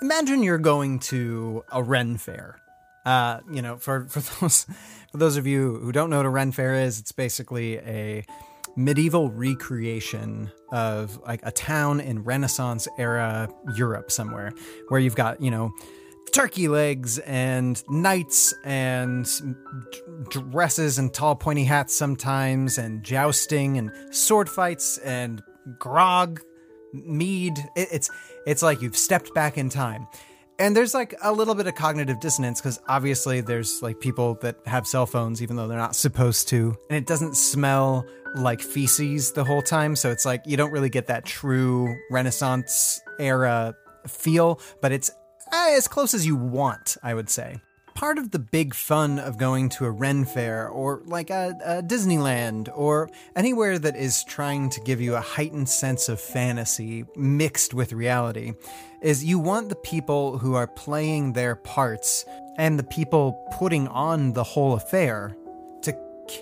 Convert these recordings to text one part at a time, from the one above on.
imagine you're going to a Ren fair. Uh, you know, for for those for those of you who don't know what a Ren fair is, it's basically a medieval recreation of like a town in Renaissance era Europe somewhere, where you've got you know turkey legs and knights and d- dresses and tall pointy hats sometimes and jousting and sword fights and grog mead It- it's it's like you've stepped back in time and there's like a little bit of cognitive dissonance because obviously there's like people that have cell phones even though they're not supposed to and it doesn't smell like feces the whole time so it's like you don't really get that true renaissance era feel but it's eh, as close as you want i would say part of the big fun of going to a Ren Fair or like a, a Disneyland or anywhere that is trying to give you a heightened sense of fantasy mixed with reality is you want the people who are playing their parts and the people putting on the whole affair to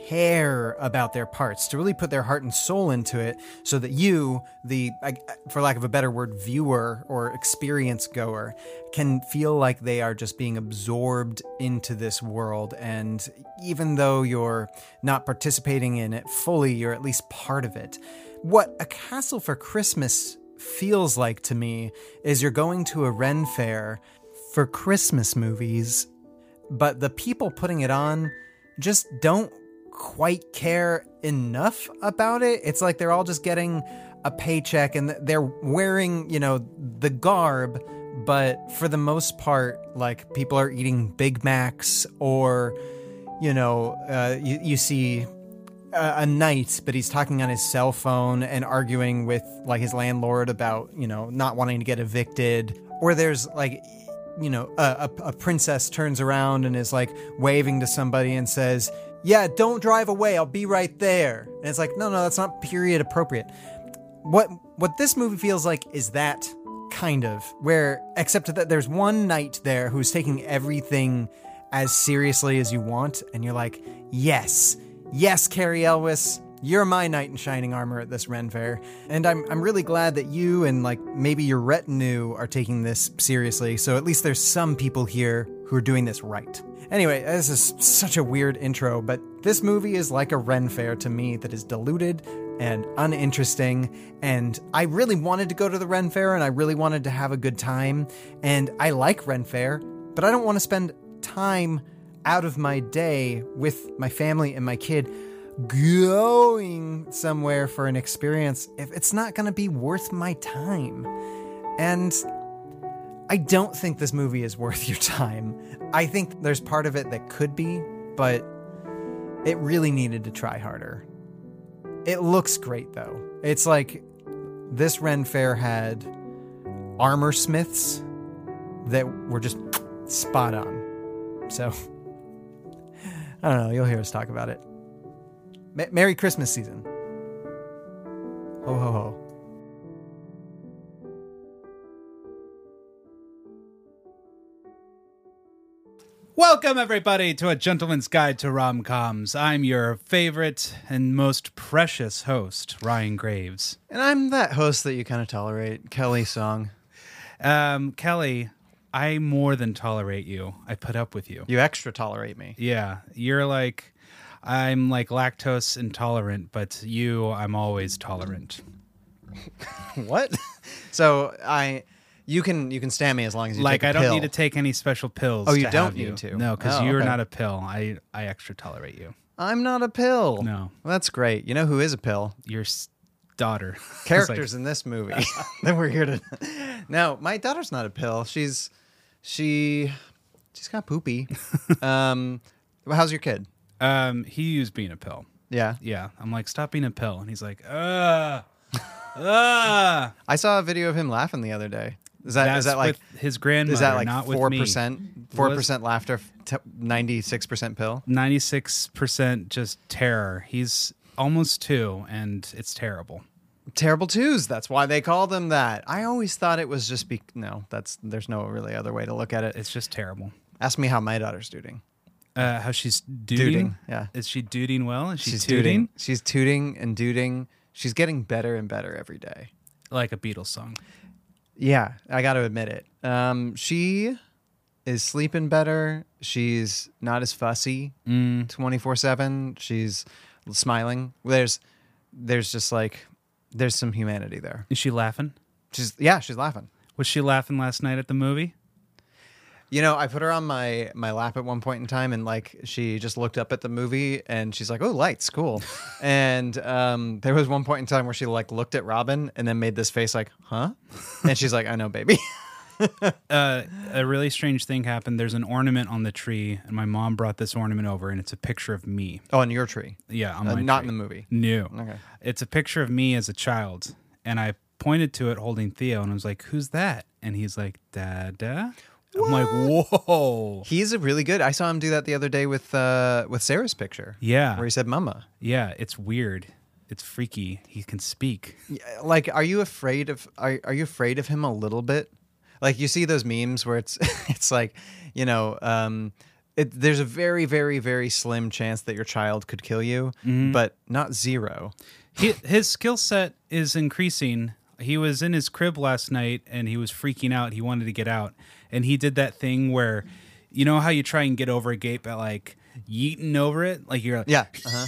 care about their parts, to really put their heart and soul into it, so that you, the, I- for lack of a better word, viewer or experience goer, can feel like they are just being absorbed into this world. And even though you're not participating in it fully, you're at least part of it. What a castle for Christmas feels like to me is you're going to a Ren fair for Christmas movies but the people putting it on just don't quite care enough about it. It's like they're all just getting a paycheck and they're wearing, you know, the garb, but for the most part, like people are eating Big Macs or, you know, uh, you, you see a, a knight, but he's talking on his cell phone and arguing with like his landlord about you know not wanting to get evicted. Or there's like, you know, a, a, a princess turns around and is like waving to somebody and says, "Yeah, don't drive away. I'll be right there." And it's like, no, no, that's not period appropriate. What what this movie feels like is that kind of where except that there's one knight there who's taking everything as seriously as you want and you're like yes yes Carrie Elwes you're my knight in shining armor at this Ren Fair and I'm I'm really glad that you and like maybe your retinue are taking this seriously so at least there's some people here who are doing this right Anyway, this is such a weird intro, but this movie is like a Ren Fair to me that is diluted and uninteresting. And I really wanted to go to the Ren Fair and I really wanted to have a good time. And I like Ren Fair, but I don't want to spend time out of my day with my family and my kid going somewhere for an experience if it's not going to be worth my time. And I don't think this movie is worth your time. I think there's part of it that could be, but it really needed to try harder. It looks great though. It's like this Ren Fair had armor smiths that were just spot on. So I don't know, you'll hear us talk about it. Ma- Merry Christmas season. Ho ho ho. Welcome, everybody, to A Gentleman's Guide to Rom Coms. I'm your favorite and most precious host, Ryan Graves. And I'm that host that you kind of tolerate, Kelly Song. Um, Kelly, I more than tolerate you, I put up with you. You extra tolerate me. Yeah, you're like, I'm like lactose intolerant, but you, I'm always tolerant. What? so I, you can you can stand me as long as you like Take a I don't pill. need to take any special pills. Oh, you to don't have need you. to. No, because Oh, you're okay. not a pill. I I extra tolerate you. I'm not a pill. No. Well, that's great. You know who is a pill? Your s- daughter. It's like- Characters in this movie that we're here to. No, my daughter's not a pill. She's she she's kind of poopy. um, well, how's your kid? um, he used being a pill. Yeah, Yeah, I'm like stop being a pill, and he's like, uh, uh. I saw a video of him laughing the other day. Is that is That's that like with his grandmother? is that like not four with me. percent four percent laughter, ninety six percent pill? 96% just terror. He's almost two, and it's terrible. Terrible twos. That's why they call them that. I always thought it was just be no. That's there's no really other way to look at it. It's just terrible. Ask me how my daughter's doing. Uh, how she's duding? Duding, yeah. Is she duding well? Is she She's tooting? tooting. She's tooting and duding. She's getting better and better every day. Like a Beatles song. Yeah, I got to admit it. Um, she is sleeping better. She's not as fussy Mm. 24 7. She's smiling. There's, there's just like, there's some humanity there. Is she laughing? She's, yeah, she's laughing. Was she laughing last night at the movie? You know, I put her on my my lap at one point in time, and like she just looked up at the movie, and she's like, "Oh, lights, cool." and um, there was one point in time where she like looked at Robin, and then made this face like, "Huh?" and she's like, "I know, baby." Uh, a really strange thing happened. There's an ornament on the tree, and my mom brought this ornament over, and it's a picture of me. oh, in your tree, Yeah, on Uh, my not tree. in the movie. No. Okay. It's a picture of me as a child, and I pointed to it holding Theo, and I was like, "Who's that?" And he's like, "Dada." I'm like, "Whoa!" He's a really good. I saw him do that the other day with uh, with Sarah's picture. Yeah, where he said, "Mama." yeah. It's weird. It's freaky. He can speak. Yeah, like are you afraid of are, are you afraid of him a little bit like you see those memes where it's it's like you know um it, there's a very very very slim chance that your child could kill you Mm-hmm. but not zero He, his skill set is increasing. He was in his crib last night and he was freaking out. He wanted to get out. And he did that thing where, you know, how you try and get over a gate by like yeeting over it? Like you're like, yeah uh-huh.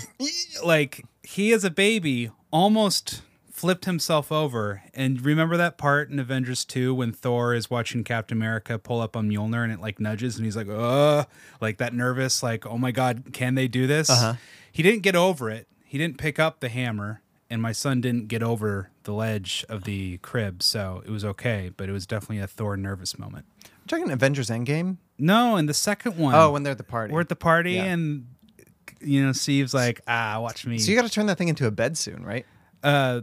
like he as a baby almost flipped himself over. And remember that part in Avengers 2 when Thor is watching Captain America pull up on Mjolnir and it like nudges and he's like, uh like that nervous, like, oh my God, can they do this? Uh-huh. He didn't get over it. He didn't pick up the hammer. And my son didn't get over the ledge of the crib, so it was okay. But it was definitely a Thor nervous moment. talking avengers endgame No, and the second one, oh when they're at the party Mm. we're at the party, Yeah. and you know, Steve's like, "Ah, watch me." so you got to turn that thing into a bed soon right uh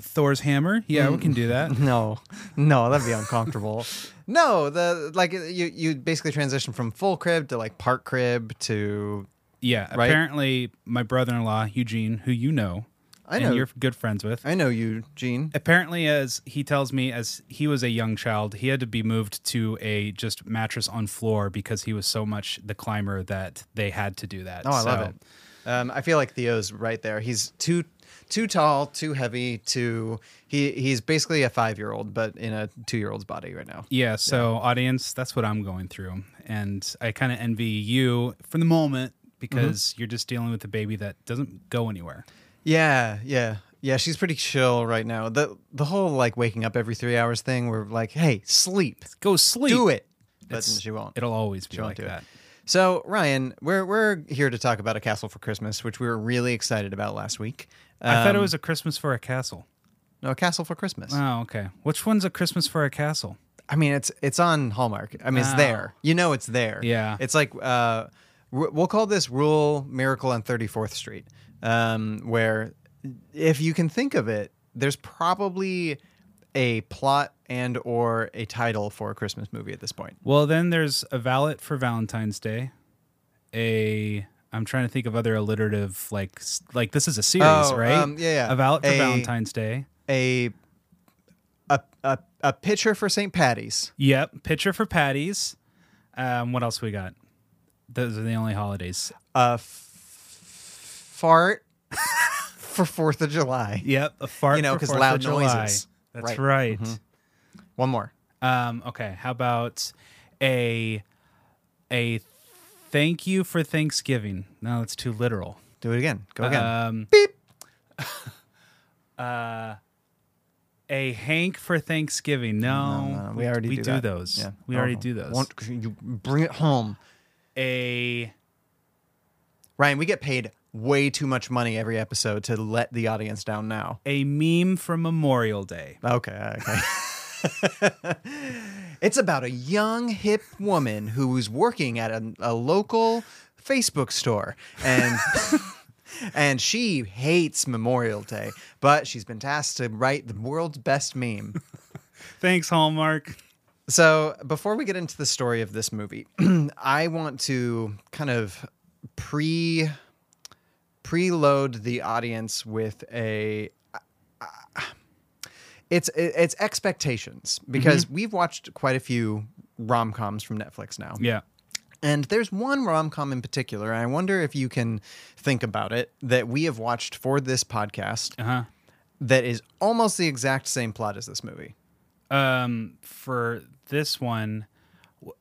Thor's hammer. Yeah, Mm. we can do that. no no that'd be uncomfortable no the like you you basically transition from full crib to like part crib to Yeah, Right. apparently my brother-in-law Eugene, who you know, I know. and you're good friends with. i know you gene apparently as he tells me as he was a young child, he had to be moved to a just mattress on floor because he was so much the climber that they had to do that. Oh, I love So- it. Um, I feel like Theo's right there. He's too too tall, too heavy, too he he's basically a five year old, but in a two year old's body right now. Yeah, so audience, that's what I'm going through. And I kind of envy you for the moment Mm-hmm. because you're just dealing with a baby that doesn't go anywhere. Yeah, yeah. Yeah, she's pretty chill right now. The the whole like waking up every three hours thing, we're like, hey, sleep. Go sleep. Do it. But It's- she won't. It'll always be won't like do it. that. So, Ryan, we're we're here to talk about a castle for Christmas, which we were really excited about last week. I thought it Um, was a Christmas for a castle. no a castle for Christmas. Oh, okay. Which one's a Christmas for a castle? I mean, it's it's on Hallmark. I mean, it's Oh. there. You know, it's there. Yeah. It's like uh, w- we'll call this Rule Miracle on Thirty Fourth Street, um, where if you can think of it, there's probably a plot and or a title for a Christmas movie at this point. Well, then there's a valet for Valentine's Day. A I'm trying to think of other alliterative like s- like this is a series, Oh, right? um, yeah, yeah. A valet for A- Valentine's Day. A a a, a pitcher for St. Patty's. Yep. Pitcher for patties. Um, what else we got? Those are the only holidays. A f- fart for Fourth of July. Yep. A fart. You know, for 'cause Fourth loud of July. noises. That's Right. Mm-hmm. right. One more. Um, okay. How about a a thank you for Thanksgiving? No, that's too literal. Do it again. Go again. Um, Beep. a Hank for Thanksgiving. No, No, Uh, we already we do, do, that. those. Yeah. We Oh, already do those. want- you bring it home, A Ryan. We get paid way too much money every episode to let the audience down now. a meme for Memorial Day. Okay, okay. it's about a young hip woman who was working at a, a local Facebook store and. And she hates Memorial Day, but she's been tasked to write the world's best meme. Thanks, Hallmark. So, before we get into the story of this movie, I want to kind of pre preload the audience with a it's it's expectations because we've watched quite a few rom-coms from Netflix now. Yeah. And there's one rom com in particular, and I wonder if you can think about it, that we have watched for this podcast Uh huh. that is almost the exact same plot as this movie. um, for this one,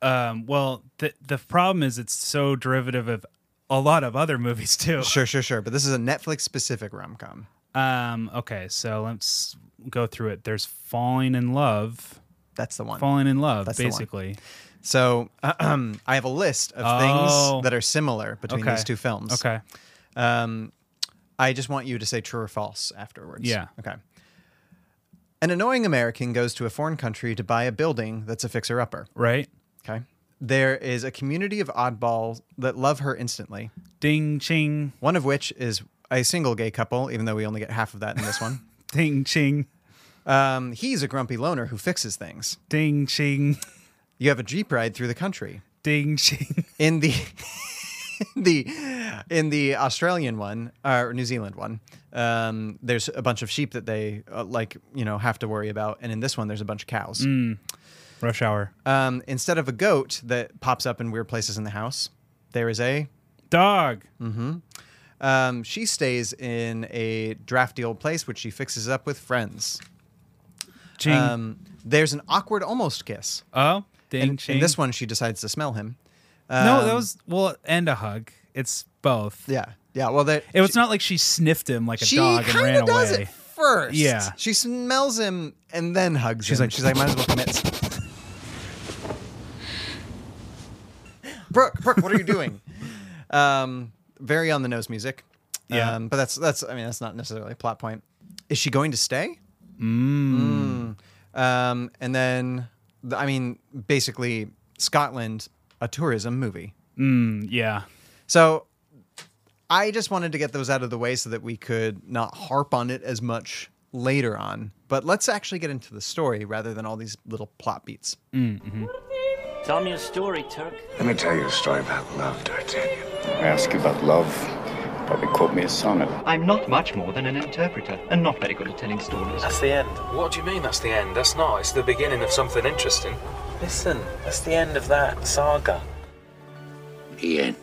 um, well, the the problem is it's so derivative of a lot of other movies too. Sure, sure, sure. But this is a Netflix specific rom com. Um, okay, so let's go through it. There's falling in love, That's the one. falling in love, That's the one. basically. So I have a list of Oh. things that are similar between Okay. these two films. Okay, Um, I just want you to say true or false afterwards. Yeah. Okay. An annoying American goes to a foreign country to buy a building that's a fixer upper. right. Okay. There is a community of oddballs that love her instantly, Ding ching, one of which is a single gay couple, even though we only get half of that in this one. ding ching, Um, he's a grumpy loner who fixes things. ding ching, You have a Jeep ride through the country. ding ching. in the in the in the Australian one uh, or New Zealand one, um, there's a bunch of sheep that they uh, like you know have to worry about, and in this one there's a bunch of cows. Mm. Rush hour. Um, instead of a goat that pops up in weird places in the house, there is a. Dog. Um, she stays in a drafty old place, which she fixes up with friends. Ching. Um, there's an awkward almost kiss. oh, ding And ching. in this one, she decides to smell him. no, that Um, was well, and a hug. It's both. yeah, yeah. Well, there, It was not like she sniffed him like a She dog and kinda ran does away. it first. Yeah. She smells him and then hugs She's him. like- she's like, might as well commit. Brooke, Brooke, what are you doing? um, very on the nose music. Yeah. Um, but that's that's I mean that's not necessarily a plot point. Is she going to stay? Mm. Um, and then th- I mean basically Scotland, a tourism movie. Mm, yeah. So I just wanted to get those out of the way so that we could not harp on it as much later on. But let's actually get into the story rather than all these little plot beats. Tell me a story, Turk. Let me tell you a story about love, D'Artagnan. I ask you about love, probably quote me a sonnet. I'm not much more than an interpreter and not very good at telling stories. That's the end. What do you mean that's the end? That's not. It's the beginning of something interesting. Listen, that's the end of that saga. The end.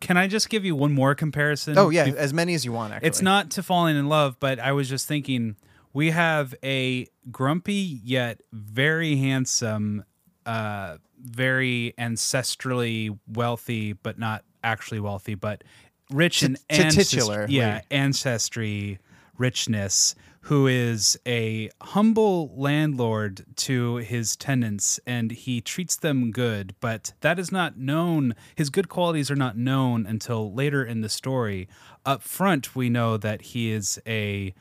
Can I just give you one more comparison? Oh, yeah, as many as you want, actually. It's not to falling in love, but I was just thinking we have a grumpy yet very handsome, uh, very ancestrally wealthy, but not actually wealthy, but rich and to ancest- titular, yeah, right. ancestry richness. Who is a humble landlord to his tenants and he treats them good, but that is not known. His good qualities are not known until later in the story. Up front, we know that he is a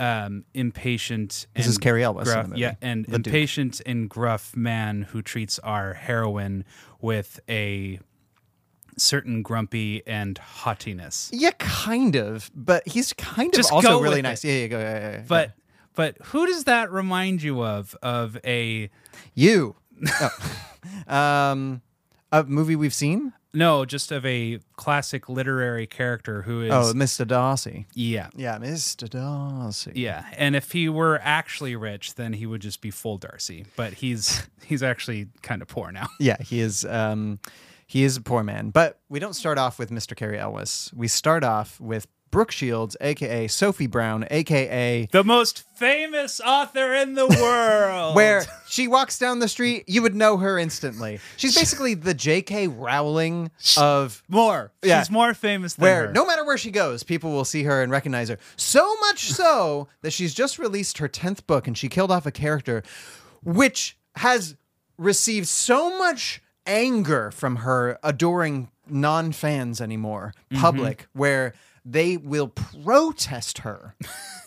um, impatient. This and is Cary Elwes in the gruff- movie, yeah, and the Duke. impatient and gruff man who treats our heroine with a certain grumpy and haughtiness. Yeah, kind of, but he's kind of Just also go really with nice. it. Yeah, yeah, go, yeah, yeah, yeah. But but who does that remind you of? Of a you, Oh. um, a movie we've seen. no, just of a classic literary character who is Oh, Mr. Darcy. yeah. Yeah, Mr. Darcy. Yeah, and if he were actually rich, then he would just be full Darcy. But he's he's actually kind of poor now. Yeah, he is. Um, he is a poor man. But we don't start off with Mr. Carrie Elwes. We start off with Brooke Shields, aka Sophie Brown, aka The most famous author in the world. where she walks down the street, you would know her instantly. She's basically the J.K. Rowling of more? Yeah. She's more famous than where her. no matter where she goes, people will see her and recognize her. So much so that she's just released her 10th book and she killed off a character which has received so much anger from her adoring non fans anymore, public, where they will protest her.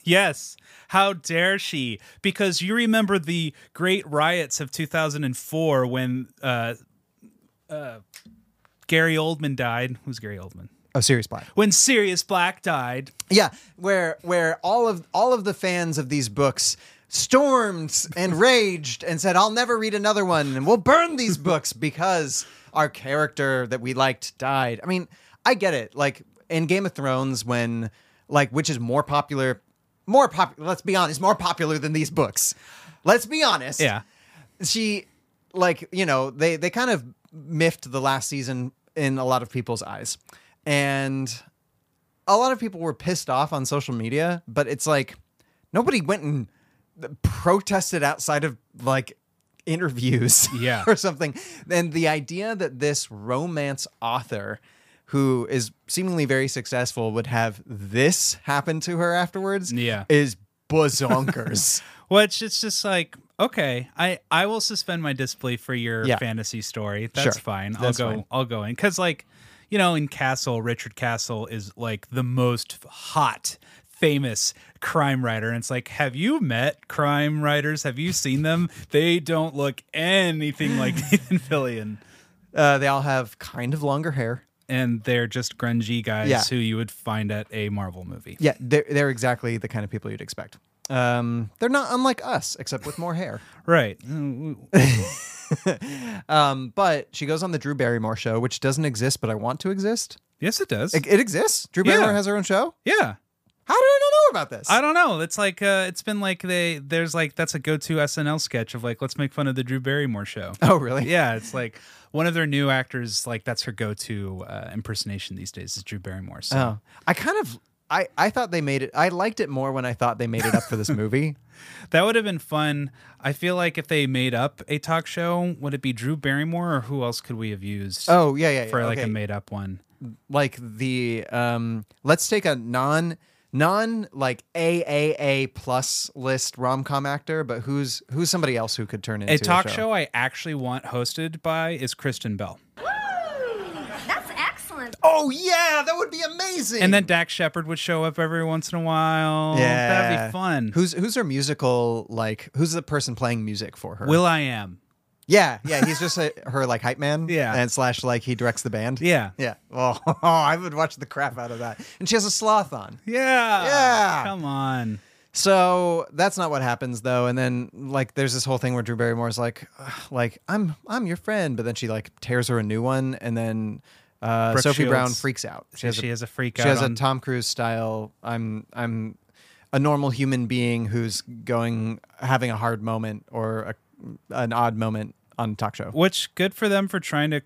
Yes. How dare she? Because you remember the great riots of 2004 when uh, uh, Gary Oldman died. Who's Gary Oldman? Oh, serious black. When Sirius Black died. Yeah, where where all of all of the fans of these books stormed and raged and said, "I'll never read another one, and we'll burn these books because our character that we liked died." I mean, I get it. Like in Game of Thrones, when like which is more popular, more popular. Let's be honest, more popular than these books. Let's be honest Yeah. she like you know they they kind of miffed the last season in a lot of people's eyes and a lot of people were pissed off on social media but it's like nobody went and protested outside of like interviews Yeah. or something. And the idea that this romance author who is seemingly very successful would have this happen to her afterwards Yeah. is bazonkers. Which it's just like, okay, I I will suspend my disbelief for your Yeah. fantasy story. That's Sure. fine. That's I'll go. fine. I'll go in because like, you know, in Castle, Richard Castle is like the most hot. Famous crime writer, and it's like, have you met crime writers? Have you seen them? They don't look anything like Nathan Fillion, uh, they all have kind of longer hair. and they're just grungy guys Yeah. who you would find at a Marvel movie. Yeah, they're, they're exactly the kind of people you'd expect. Um, they're not unlike us, except with more hair. Right. Mm, Um, but she goes on the Drew Barrymore show, which doesn't exist, but I want to exist. Yes, it does. It, it exists. Drew Yeah. Barrymore has her own show. yeah. How did I not know about this? I don't know. It's like uh, it's been like they there's like that's a go-to SNL sketch of like let's make fun of the Drew Barrymore show. oh, really? yeah, it's like one of their new actors like that's her go-to uh, impersonation these days is Drew Barrymore. So Oh, I kind of. I, I thought they made it. I liked it more when I thought they made it up for this movie. that would have been fun. I feel like if they made up a talk show, would it be Drew Barrymore or who else could we have used Oh yeah, yeah, yeah. for like okay. a made-up one? like the um. Let's take a non non like AAA plus list rom com actor, but who's who's somebody else who could turn into A talk show? show I actually want hosted by is Kristen Bell. That's excellent. Oh yeah, that would be amazing. And then Dax Shepard would show up every once in a while. yeah, That'd be fun. Who's who's her musical like? Who's the person playing music for her? Will I am. yeah, yeah. He's just a, her like hype man. Yeah. and slash like he directs the band. Yeah. yeah. Oh, I would watch the crap out of that. And she has a sloth on. Yeah. Yeah. Come on. So that's not what happens though. And then like there's this whole thing where Drew Barrymore's like, "Ugh, like I'm I'm your friend, but then she like tears her a new one, and then uh, Brooke Sophie Brown Shields. freaks out. She She has has, a a freak out. She has a on- Tom Cruise style. I'm I'm a normal human being who's going having a hard moment or a, an odd moment on a talk show. which good for them for trying to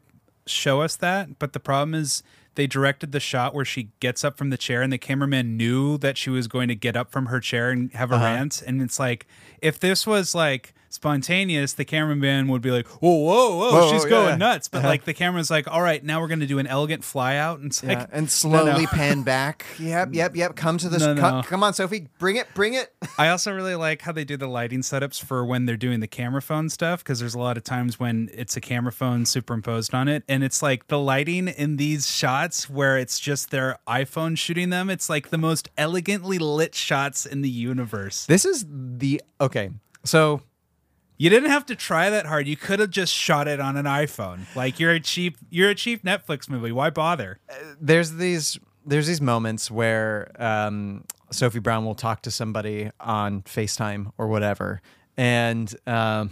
show us that. But the problem is they directed the shot where she gets up from the chair and the cameraman knew that she was going to get up from her chair and have a rant. And it's like, if this was like spontaneous, the cameraman would be like, whoa, whoa, whoa, Uh-huh. Whoa, she's whoa, going yeah. nuts. But like the camera's like, all right, now we're going to do an elegant fly out. And it's Yeah, like, Uh, and no, slowly no. pan back. Yep, yep, yep. Come to this. No, co- no. come on, Sophie. Bring it. Bring it. I also really like how they do the lighting setups for when they're doing the camera phone stuff because there's a lot of times when it's a camera phone superimposed on it. And it's like the lighting in these shots where it's just their iPhone shooting them, it's like the most elegantly lit shots in the universe. This is the okay. So You didn't have to try that hard. You could have just shot it on an iPhone. Like you're a cheap you're a cheap Netflix movie. Why bother? there's these there's these moments where um, Sophie Brown will talk to somebody on FaceTime or whatever, and um,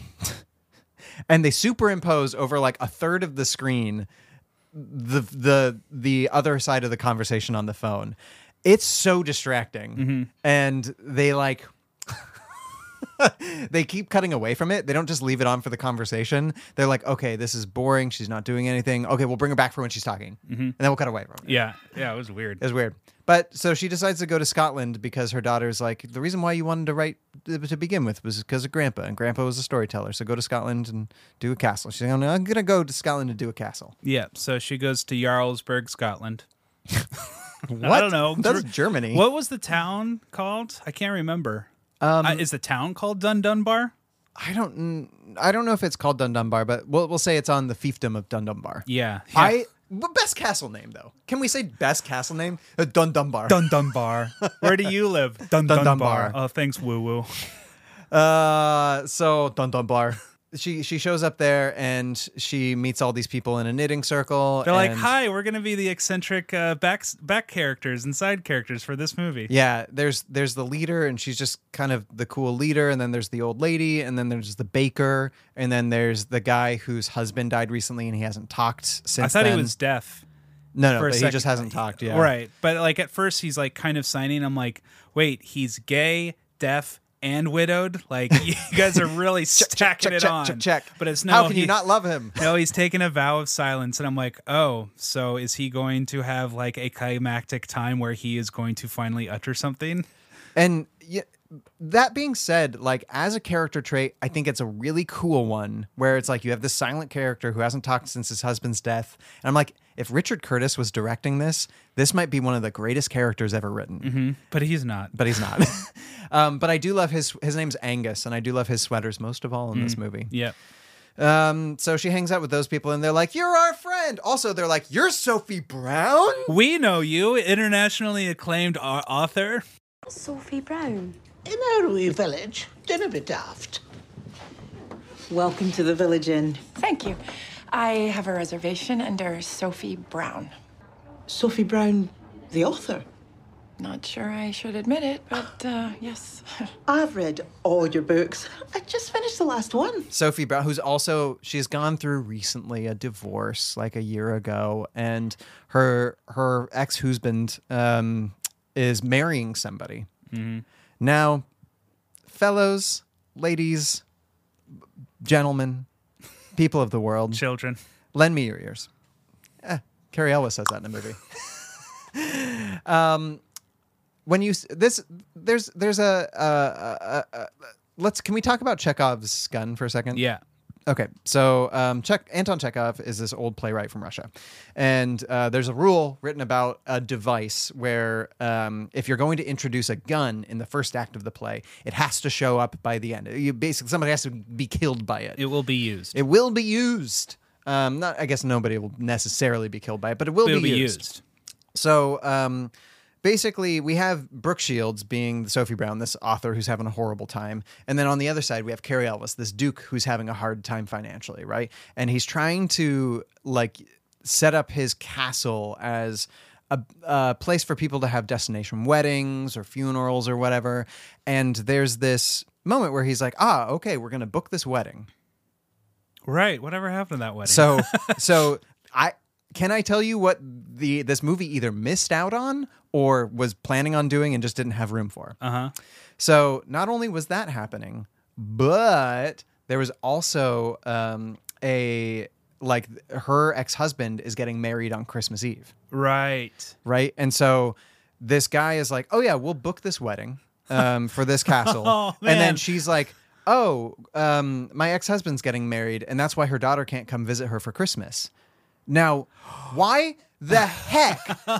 and they superimpose over like a third of the screen the the the other side of the conversation on the phone. It's so distracting, and they like. they keep cutting away from it. They don't just leave it on for the conversation. They're like, okay, this is boring. She's not doing anything. Okay, we'll bring her back for when she's talking. And then we'll cut away from it. Yeah. Yeah, it was weird. It's weird. But so she decides to go to Scotland because her daughter's like, the reason why you wanted to write uh, to begin with was because of grandpa, and grandpa was a storyteller. So go to Scotland and do a castle. She's like, I'm going to go to Scotland and do a castle. Yeah. So she goes to Jarlsberg, Scotland. What? I don't know. That's Ger- Germany. What was the town called? I can't remember. Um, is the town called Dun Dunbar? I don't kn- I don't know if it's called Dundumbar, but we'll, we'll say it's on the fiefdom of Dundumbar. Yeah. yeah. I but best castle name though. Can we say best castle name? Uh, Dundumbar. Dun Dunbar. Where do you live? Dun Dun Dunbar. Dunbar. Oh, thanks, Woo Woo. Uh, so Dun Dunbar. She she shows up there and she meets all these people in a knitting circle. They're like, and- hi, we're gonna be the eccentric uh, back back characters and side characters for this movie. Yeah, there's there's the leader and she's just kind of the cool leader, and then there's the old lady, and then there's the baker, and then there's the guy whose husband died recently and he hasn't talked since. I thought then. he was deaf. no, no, for a but he second. just hasn't talked. Yeah, Right. But like at first he's like kind of signing. I'm like, wait, he's gay, deaf, and widowed. Like you guys are really stacking check, it check, on. check, check. But it's no. How can you he- not love him? no, he's taking a vow of silence, and I'm like, oh, so is he going to have like a climactic time where he is going to finally utter something? And yeah, that being said, like as a character trait, I think it's a really cool one where it's like you have this silent character who hasn't talked since his husband's death. And I'm like, if Richard Curtis was directing this, this might be one of the greatest characters ever written. Mm-hmm. but he's not. But he's not. um, but I do love his his name's Angus, and I do love his sweaters most of all in this movie. Yep. Um, so she hangs out with those people, and they're like, "You're our friend." Also, they're like, "You're Sophie Brown." We know you, internationally acclaimed au- author. Sophie Brown. In our wee village, dinna be daft. Welcome to the Village Inn. Thank you. I have a reservation under Sophie Brown. Sophie Brown, the author. Not sure I should admit it, but uh, yes. I've read all your books. I just finished the last one. Sophie Brown, who's also she's gone through recently a divorce like a year ago, and her her ex husband um, is marrying somebody. Now, fellows, ladies, gentlemen, people of the world, Children. lend me your ears. Eh, Carrie Elwes says that in the movie. um, when you s- this there's there's a, a, a, a, a let's can we talk about Chekhov's gun for a second? Yeah. Okay, so um, Chek- Anton Chekhov is this old playwright from Russia, and uh, there's a rule written about a device where um, if you're going to introduce a gun in the first act of the play, it has to show up by the end. You basically somebody has to be killed by it. It will be used. It will be used. Um, not, I guess nobody will necessarily be killed by it, but it will It'll be, used. So, um, basically, we have Brooke Shields being Sophie Brown, this author who's having a horrible time, and then on the other side we have Carrie Elvis, this Duke who's having a hard time financially, right? And he's trying to like set up his castle as. A, a place for people to have destination weddings or funerals or whatever. And there's this moment where he's like, ah, okay, we're going to book this wedding. Right. Whatever happened to that wedding? So so I can I tell you what the this movie either missed out on or was planning on doing and just didn't have room for. uh huh. So not only was that happening, but there was also um, a like her ex husband is getting married on Christmas Eve Right. right? And so this guy is like, "Oh yeah, we'll book this wedding um, for this castle," Oh, and then man. she's like, "Oh, um, my ex husband's getting married, and that's why her daughter can't come visit her for Christmas." Now, why the heck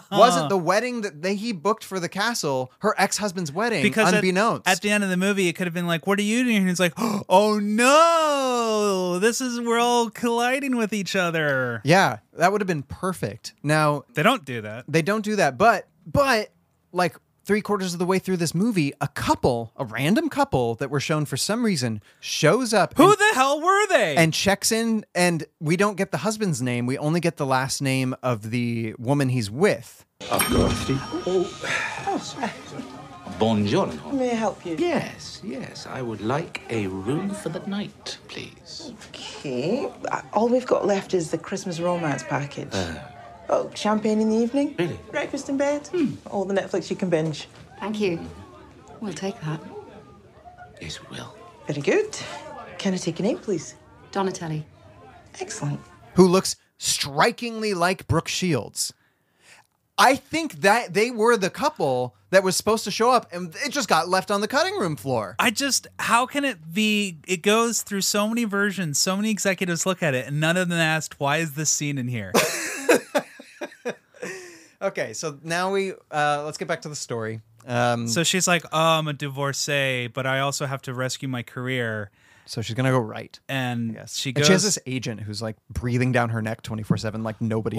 wasn't the wedding that they, he booked for the castle her ex husband's wedding? Because at- unbeknownst, At, the end of the movie, it could have been like, "What are you doing?" And he's like, "Oh no, this is we're all colliding with each other." yeah, that would have been perfect. Now They don't do that. They don't do that. But but like three quarters of the way through this movie, a couple, a random couple that were shown for some reason, shows up. Who and, the hell were they? and checks in, and we don't get the husband's name. We only get the last name of the woman he's with. May I help you? Yes, yes. I would like a room for the night, please. Okay. Uh, All we've got left is the Christmas romance package. oh, champagne in the evening? Really? Breakfast in bed? All the Netflix you can binge. Thank you. We'll take that. Yes, we will. Very good. Can I take your name, please? Donatelli. Excellent. who looks strikingly like Brooke Shields. I think that they were the couple that was supposed to show up, and it just got left on the cutting room floor. I just, how can it be? It goes through so many versions, so many executives look at it, and none of them asked, why is this scene in here? Okay, so now we uh, let's get back to the story. Um, so she's like, oh, I'm a divorcee, but I also have to rescue my career. so she's gonna go right. And Yes. she And goes, she has this agent who's like breathing down her neck 24 7, like nobody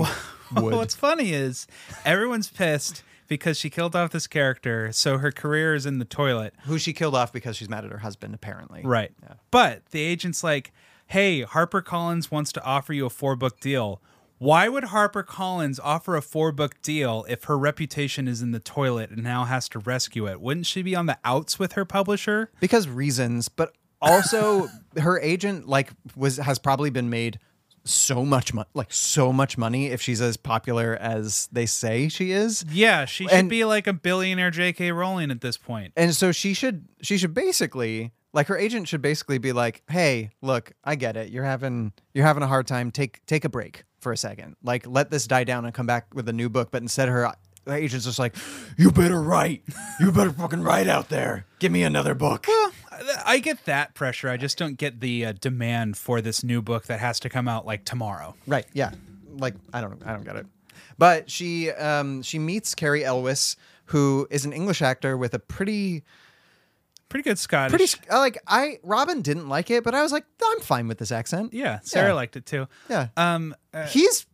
would. What's funny is everyone's pissed because she killed off this character, so her career is in the toilet. Who she killed off because she's mad at her husband, apparently. Right. But the agent's like, hey, HarperCollins wants to offer you a four book deal. Why would HarperCollins offer a four book deal if her reputation is in the toilet and now has to rescue it? Wouldn't she be on the outs with her publisher? Because reasons, but also her agent, like, was has probably been made so much money, like, so much money if she's as popular as they say she is. Yeah, she should And- be like a billionaire J.K. Rowling at this point. And so she should, she should basically. Like her agent should basically be like, "Hey, look, I get it. You're having you're having a hard time. Take take a break for a second. Like let this die down and come back with a new book." But instead her the agent's just like, you better write. You better fucking write out there. Give me another book. I- I get that pressure. I just don't get the uh, demand for this new book that has to come out like tomorrow. Right. Yeah. Like I don't I don't get it. But she um she meets Carrie Elwes, who is an English actor with a pretty Pretty good Scottish. pretty sc- I like I Robin didn't like it, but I was like I'm fine with this accent. yeah, Sarah Yeah. liked it too. Yeah. Um, uh, He's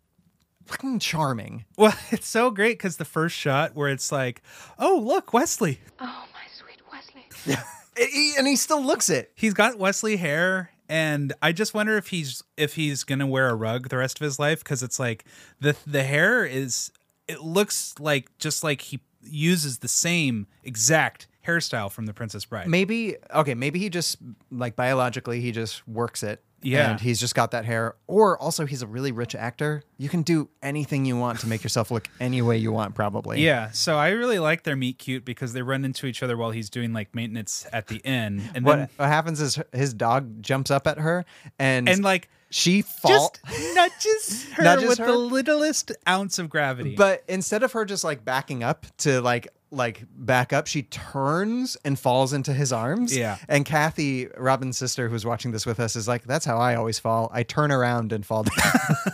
fucking charming. well, it's so great because the first shot where it's like, oh look, Wesley. Oh, my sweet Wesley. And he- and he still looks it. He's got Wesley hair, and I just wonder if he's if he's gonna wear a rug the rest of his life because it's like the the hair is it looks like just like he uses the same exact hairstyle from The Princess Bride. Maybe okay, maybe he just like biologically he just works it. Yeah. And he's just got that hair. Or also he's a really rich actor. You can do anything you want to make yourself look any way you want, probably. Yeah, so I really like their meet cute because they run into each other while he's doing like maintenance at the inn, and What, then what happens is her- his dog jumps up at her and and like she falls. just nudges her Nudges with her? the littlest ounce of gravity. But instead of her just like backing up to like like back up, she turns and falls into his arms. Yeah. And Kathy, Robin's sister, who's watching this with us, is like, "That's how I always fall. I turn around and fall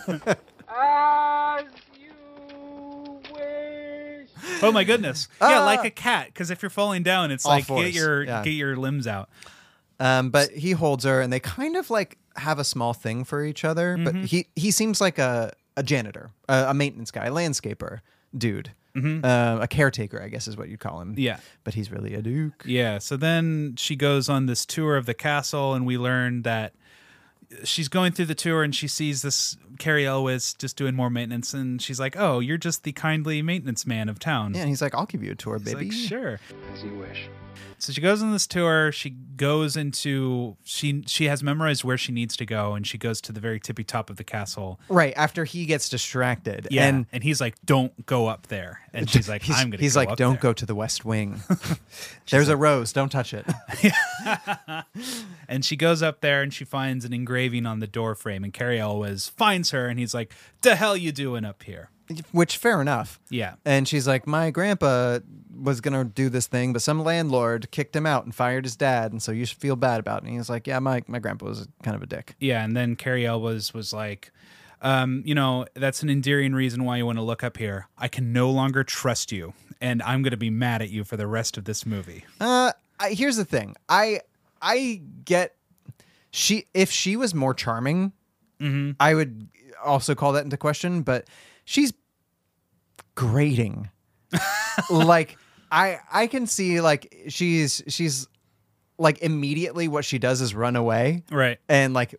down." oh my goodness, yeah, like a cat. Because if you're falling down, it's Ah. All like fours, get your yeah. get your limbs out. Um, but he holds her, and they kind of like have a small thing for each other. But Mm-hmm. he he seems like a a janitor, a, a maintenance guy, a landscaper dude, uh, a caretaker, I guess is what you'd call him. Mm-hmm. Yeah. But he's really a duke. Yeah. So then she goes on this tour of the castle, and we learn that she's going through the tour and she sees this Carrie Elwes just doing more maintenance, and she's like, "Oh, you're just the kindly maintenance man of town." Yeah, and he's like, "I'll give you a tour, It's baby." Like, sure. As you wish. So she goes on this tour. She goes into she she has memorized where she needs to go, and she goes to the very tippy top of the castle. Right after he gets distracted, And and and he's like, "Don't go up there." And she's like, he's, "I'm gonna." he's go like, up "Don't there." go to the West Wing. There's a rose. Don't touch it." And she goes up there and she finds an engraving on the door frame. And Carrie Elwes finds her, and he's like, "The hell you doing up here?" Which fair enough. Yeah. And she's like, "My grandpa was gonna do this thing, but some landlord kicked him out and fired his dad, and so you should feel bad about it." And he's like, "Yeah, my my grandpa was kind of a dick." Yeah, and then Carrie Elwes was like, um, you know, that's an endearing reason why you want to look up here. I can no longer trust you, and I'm going to be mad at you for the rest of this movie. Uh, I, here's the thing. I I get she if she was more charming, I would also call that into question. But she's grating. like I I can see like she's she's like immediately what she does is run away Right. and like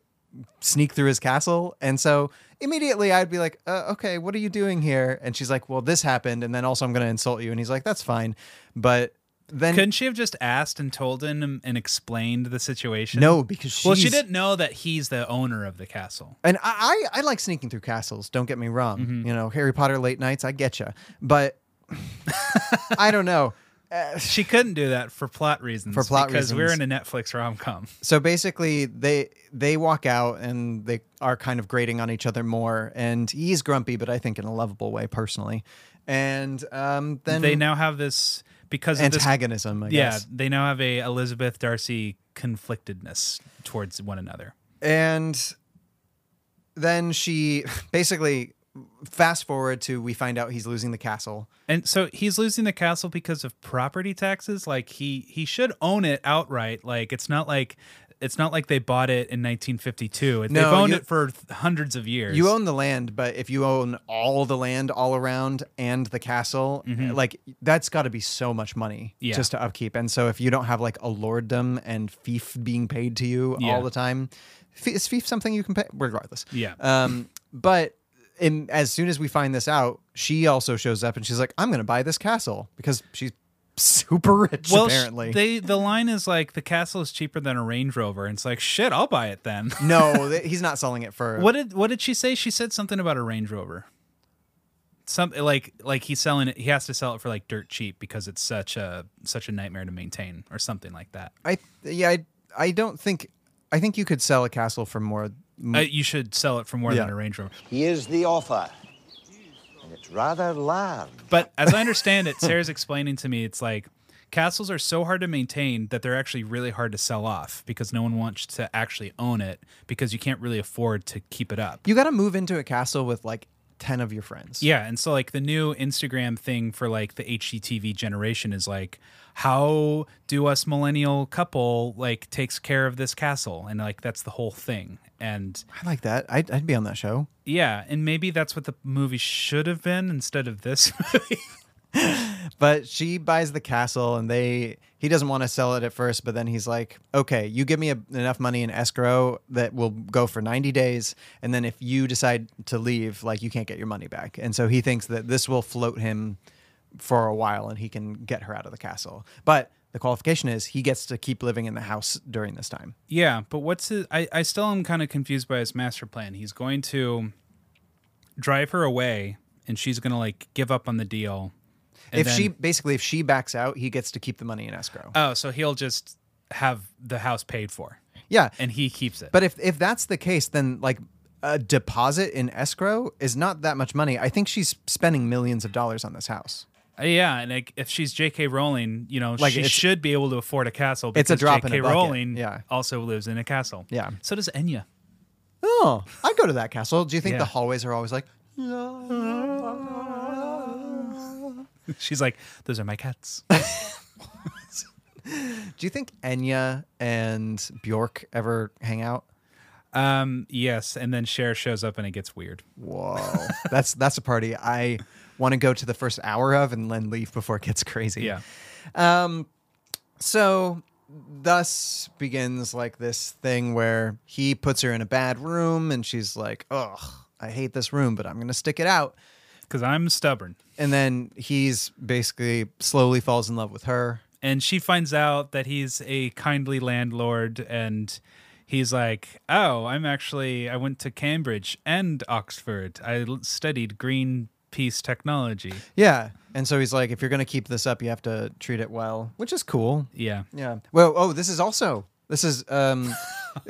sneak through his castle. And so immediately I'd be like, uh, okay, what are you doing here? And she's like, well, this happened. And then also I'm going to insult you. And he's like, that's fine. But then Couldn't she have just asked and told him and explained the situation? no, because she's, Well, she didn't know that he's the owner of the castle. And I, I, I like sneaking through castles. Don't get me wrong. Mm-hmm. You know, Harry Potter late nights, I get you. But I don't know. She couldn't do that for plot reasons. For plot because we're reasons. in a Netflix rom com. So basically, they they walk out and they are kind of grating on each other more. And he's grumpy, but I think in a lovable way, personally. And um, then They now have this because of this. antagonism. I Yeah, guess. they now have a Elizabeth Darcy conflictedness towards one another. And then she basically fast forward to we find out he's losing the castle. And so he's losing the castle because of property taxes. Like he he should own it outright. Like it's not like it's not like they bought it in 1952. They've No, owned you- it for th- hundreds of years. You own the land, but if you own all the land all around and the castle, eh, like that's got to be so much money Mm-hmm. Yeah. just to upkeep. And so if you don't have like a lorddom and fief being paid to you Yeah. all the time, f- is fief something you can pay? Regardless. Yeah. Um, but in, as soon as we find this out, she also shows up and she's like, "I'm going to buy this castle because she's super rich." well, sh- apparently, they the line is like the castle is cheaper than a Range Rover, and it's like shit. I'll buy it then. no, th- he's not selling it for what did what did she say? She said something about a Range Rover. Something like like he's selling it. He has to sell it for like dirt cheap because it's such a such a nightmare to maintain, or something like that. I yeah, I, I don't think I think you could sell a castle for more. Uh, you should sell it for more Yeah. than a Range Rover. Here's the offer. and it's rather large. But as I understand it, Sarah's explaining to me, it's like castles are so hard to maintain that they're actually really hard to sell off because no one wants to actually own it because you can't really afford to keep it up. You got to move into a castle with like 10 of your friends. Yeah, and so like the new Instagram thing for like the HGTV generation is like how do us millennial couple like takes care of this castle and like that's the whole thing. And I like that. I'd, I'd be on that show. yeah, and maybe that's what the movie should have been instead of this movie. But she buys the castle and they he doesn't want to sell it at first, but then he's like, "Okay, you give me a, enough money in escrow that will go for 90 days, and then if you decide to leave, like you can't get your money back." And so he thinks that this will float him for a while and he can get her out of the castle. But the qualification is he gets to keep living in the house during this time. Yeah, but what's his? I, I still am kind of confused by his master plan. He's going to drive her away, and she's going to like give up on the deal. and if then- she basically if she backs out, he gets to keep the money in escrow. oh, so he'll just have the house paid for, yeah. and he keeps it. But if if that's the case, then like a deposit in escrow is not that much money. I think she's spending millions of dollars on this house. Uh, yeah, and like if she's J.K. Rowling, you know, Like, she it's- should be able to afford a castle. It's a because drop in a J.K. bucket, Rowling yeah. also lives in a castle. Yeah. So does Enya. Oh, I'd go to that castle. Do you think Yeah. the hallways are always like? She's like, those are my cats. Do you think Enya and Bjork ever hang out? um, yes, and then Cher shows up, and it gets weird. Whoa, that's that's a party I want to go to the first hour of and then leave before it gets crazy. Yeah. Um, so thus begins like this thing where he puts her in a bad room and she's like, ugh, I hate this room, but I'm gonna stick it out. Because I'm stubborn. And then he's basically slowly falls in love with her. and she finds out that he's a kindly landlord and he's like oh i'm actually i went to cambridge and oxford i l- studied greenpeace technology Yeah. And so he's like, if you're gonna keep this up, you have to treat it well, which is cool. yeah Yeah. Well, oh, this is also this is um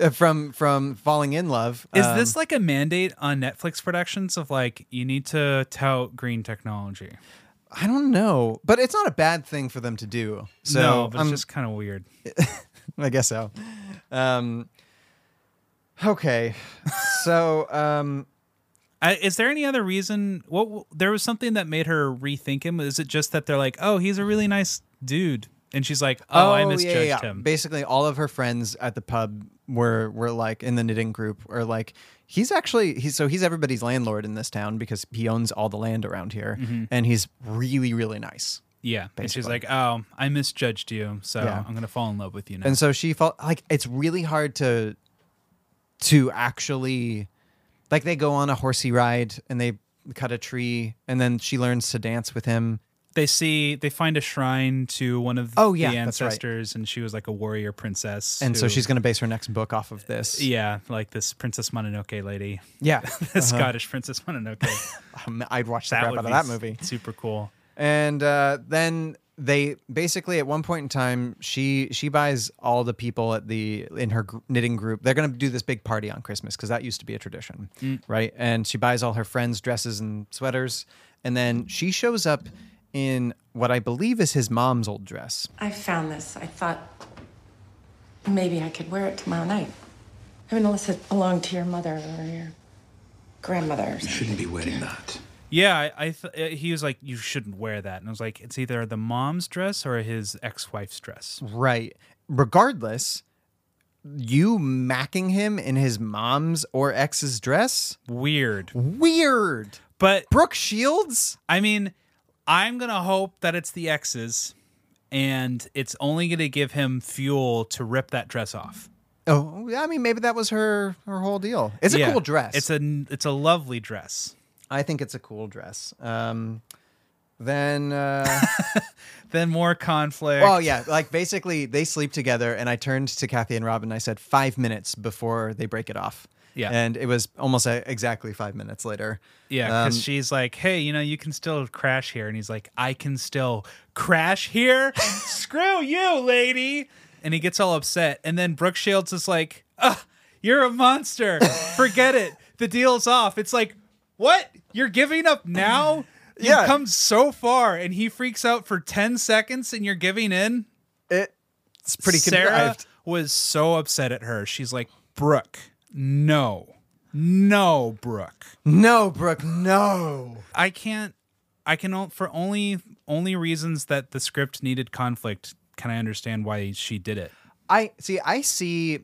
uh, from from falling in love. is Um, this like a mandate on netflix productions of like you need to tout green technology um, I don't know, but it's not a bad thing for them to do. So no but it's I'm- just kind of weird I guess so. Um, okay, so um, I, is there any other reason what w- there was something that made her rethink him is it just that they're like oh he's a really nice dude and she's like oh, i yeah, misjudged yeah. him Basically, all of her friends at the pub were were like in the knitting group or like he's actually he's so he's everybody's landlord in this town because he owns all the land around here, Mm-hmm. and he's really really nice. Yeah. And she's basically. like, oh, I misjudged you. So Yeah. I'm going to fall in love with you now. And so she felt like it's really hard to to actually like they go on a horsey ride and they cut a tree and then she learns to dance with him. they see, they find a shrine to one of Oh, yeah, the that's right. ancestors. And she was like a warrior princess. And so who- she's going to base her next book off of this. Yeah. Like this Princess Mononoke lady, Yeah. the Scottish Princess Mononoke. that Um, I'd watch the crap would Uh-huh. out of be that movie. Super cool. And uh, then they basically at one point in time she she buys all the people at the in her gr- knitting group they're going to do this big party on christmas because that used to be a tradition Mm. right and she buys all her friends dresses and sweaters and then she shows up in what i believe is his mom's old dress I found this. I thought maybe I could wear it tomorrow night. I mean, unless it belonged to your mother or your grandmother. Or You something. shouldn't be wearing that. Yeah. I, I th- uh, he was like, you shouldn't wear that. And I was like, it's either the mom's dress or his ex wife's dress. Right. Regardless, you macking him in his mom's or ex's dress? Weird. Weird. But Brooke Shields? I mean, I'm gonna hope that it's the X's, and it's only gonna give him fuel to rip that dress off. Oh, I mean, maybe that was her her whole deal. It's a Yeah. cool dress. It's a it's a lovely dress. I think it's a cool dress. Um, then, uh, Then more conflict. well, yeah, like basically they sleep together, and I turned to Kathy and Robin. And I said five minutes before they break it off. Yeah. and it was almost uh, exactly five minutes later. yeah, because Um, she's like, "Hey, you know, you can still crash here," and he's like, "I can still crash here. Screw you, lady!" And he gets all upset, and then Brooke Shields is like, Ugh, "You're a monster. Forget it. The deal's off." It's like, What? You're giving up now? You've Yeah. come so far, and he freaks out for 10 seconds and you're giving in? It, it's pretty Sarah contrived. was so upset at her. She's like, Brooke, no. No, Brooke. No, Brooke, no. I can't. I can o- for only only reasons that the script needed conflict. Can I understand why she did it? I see. I see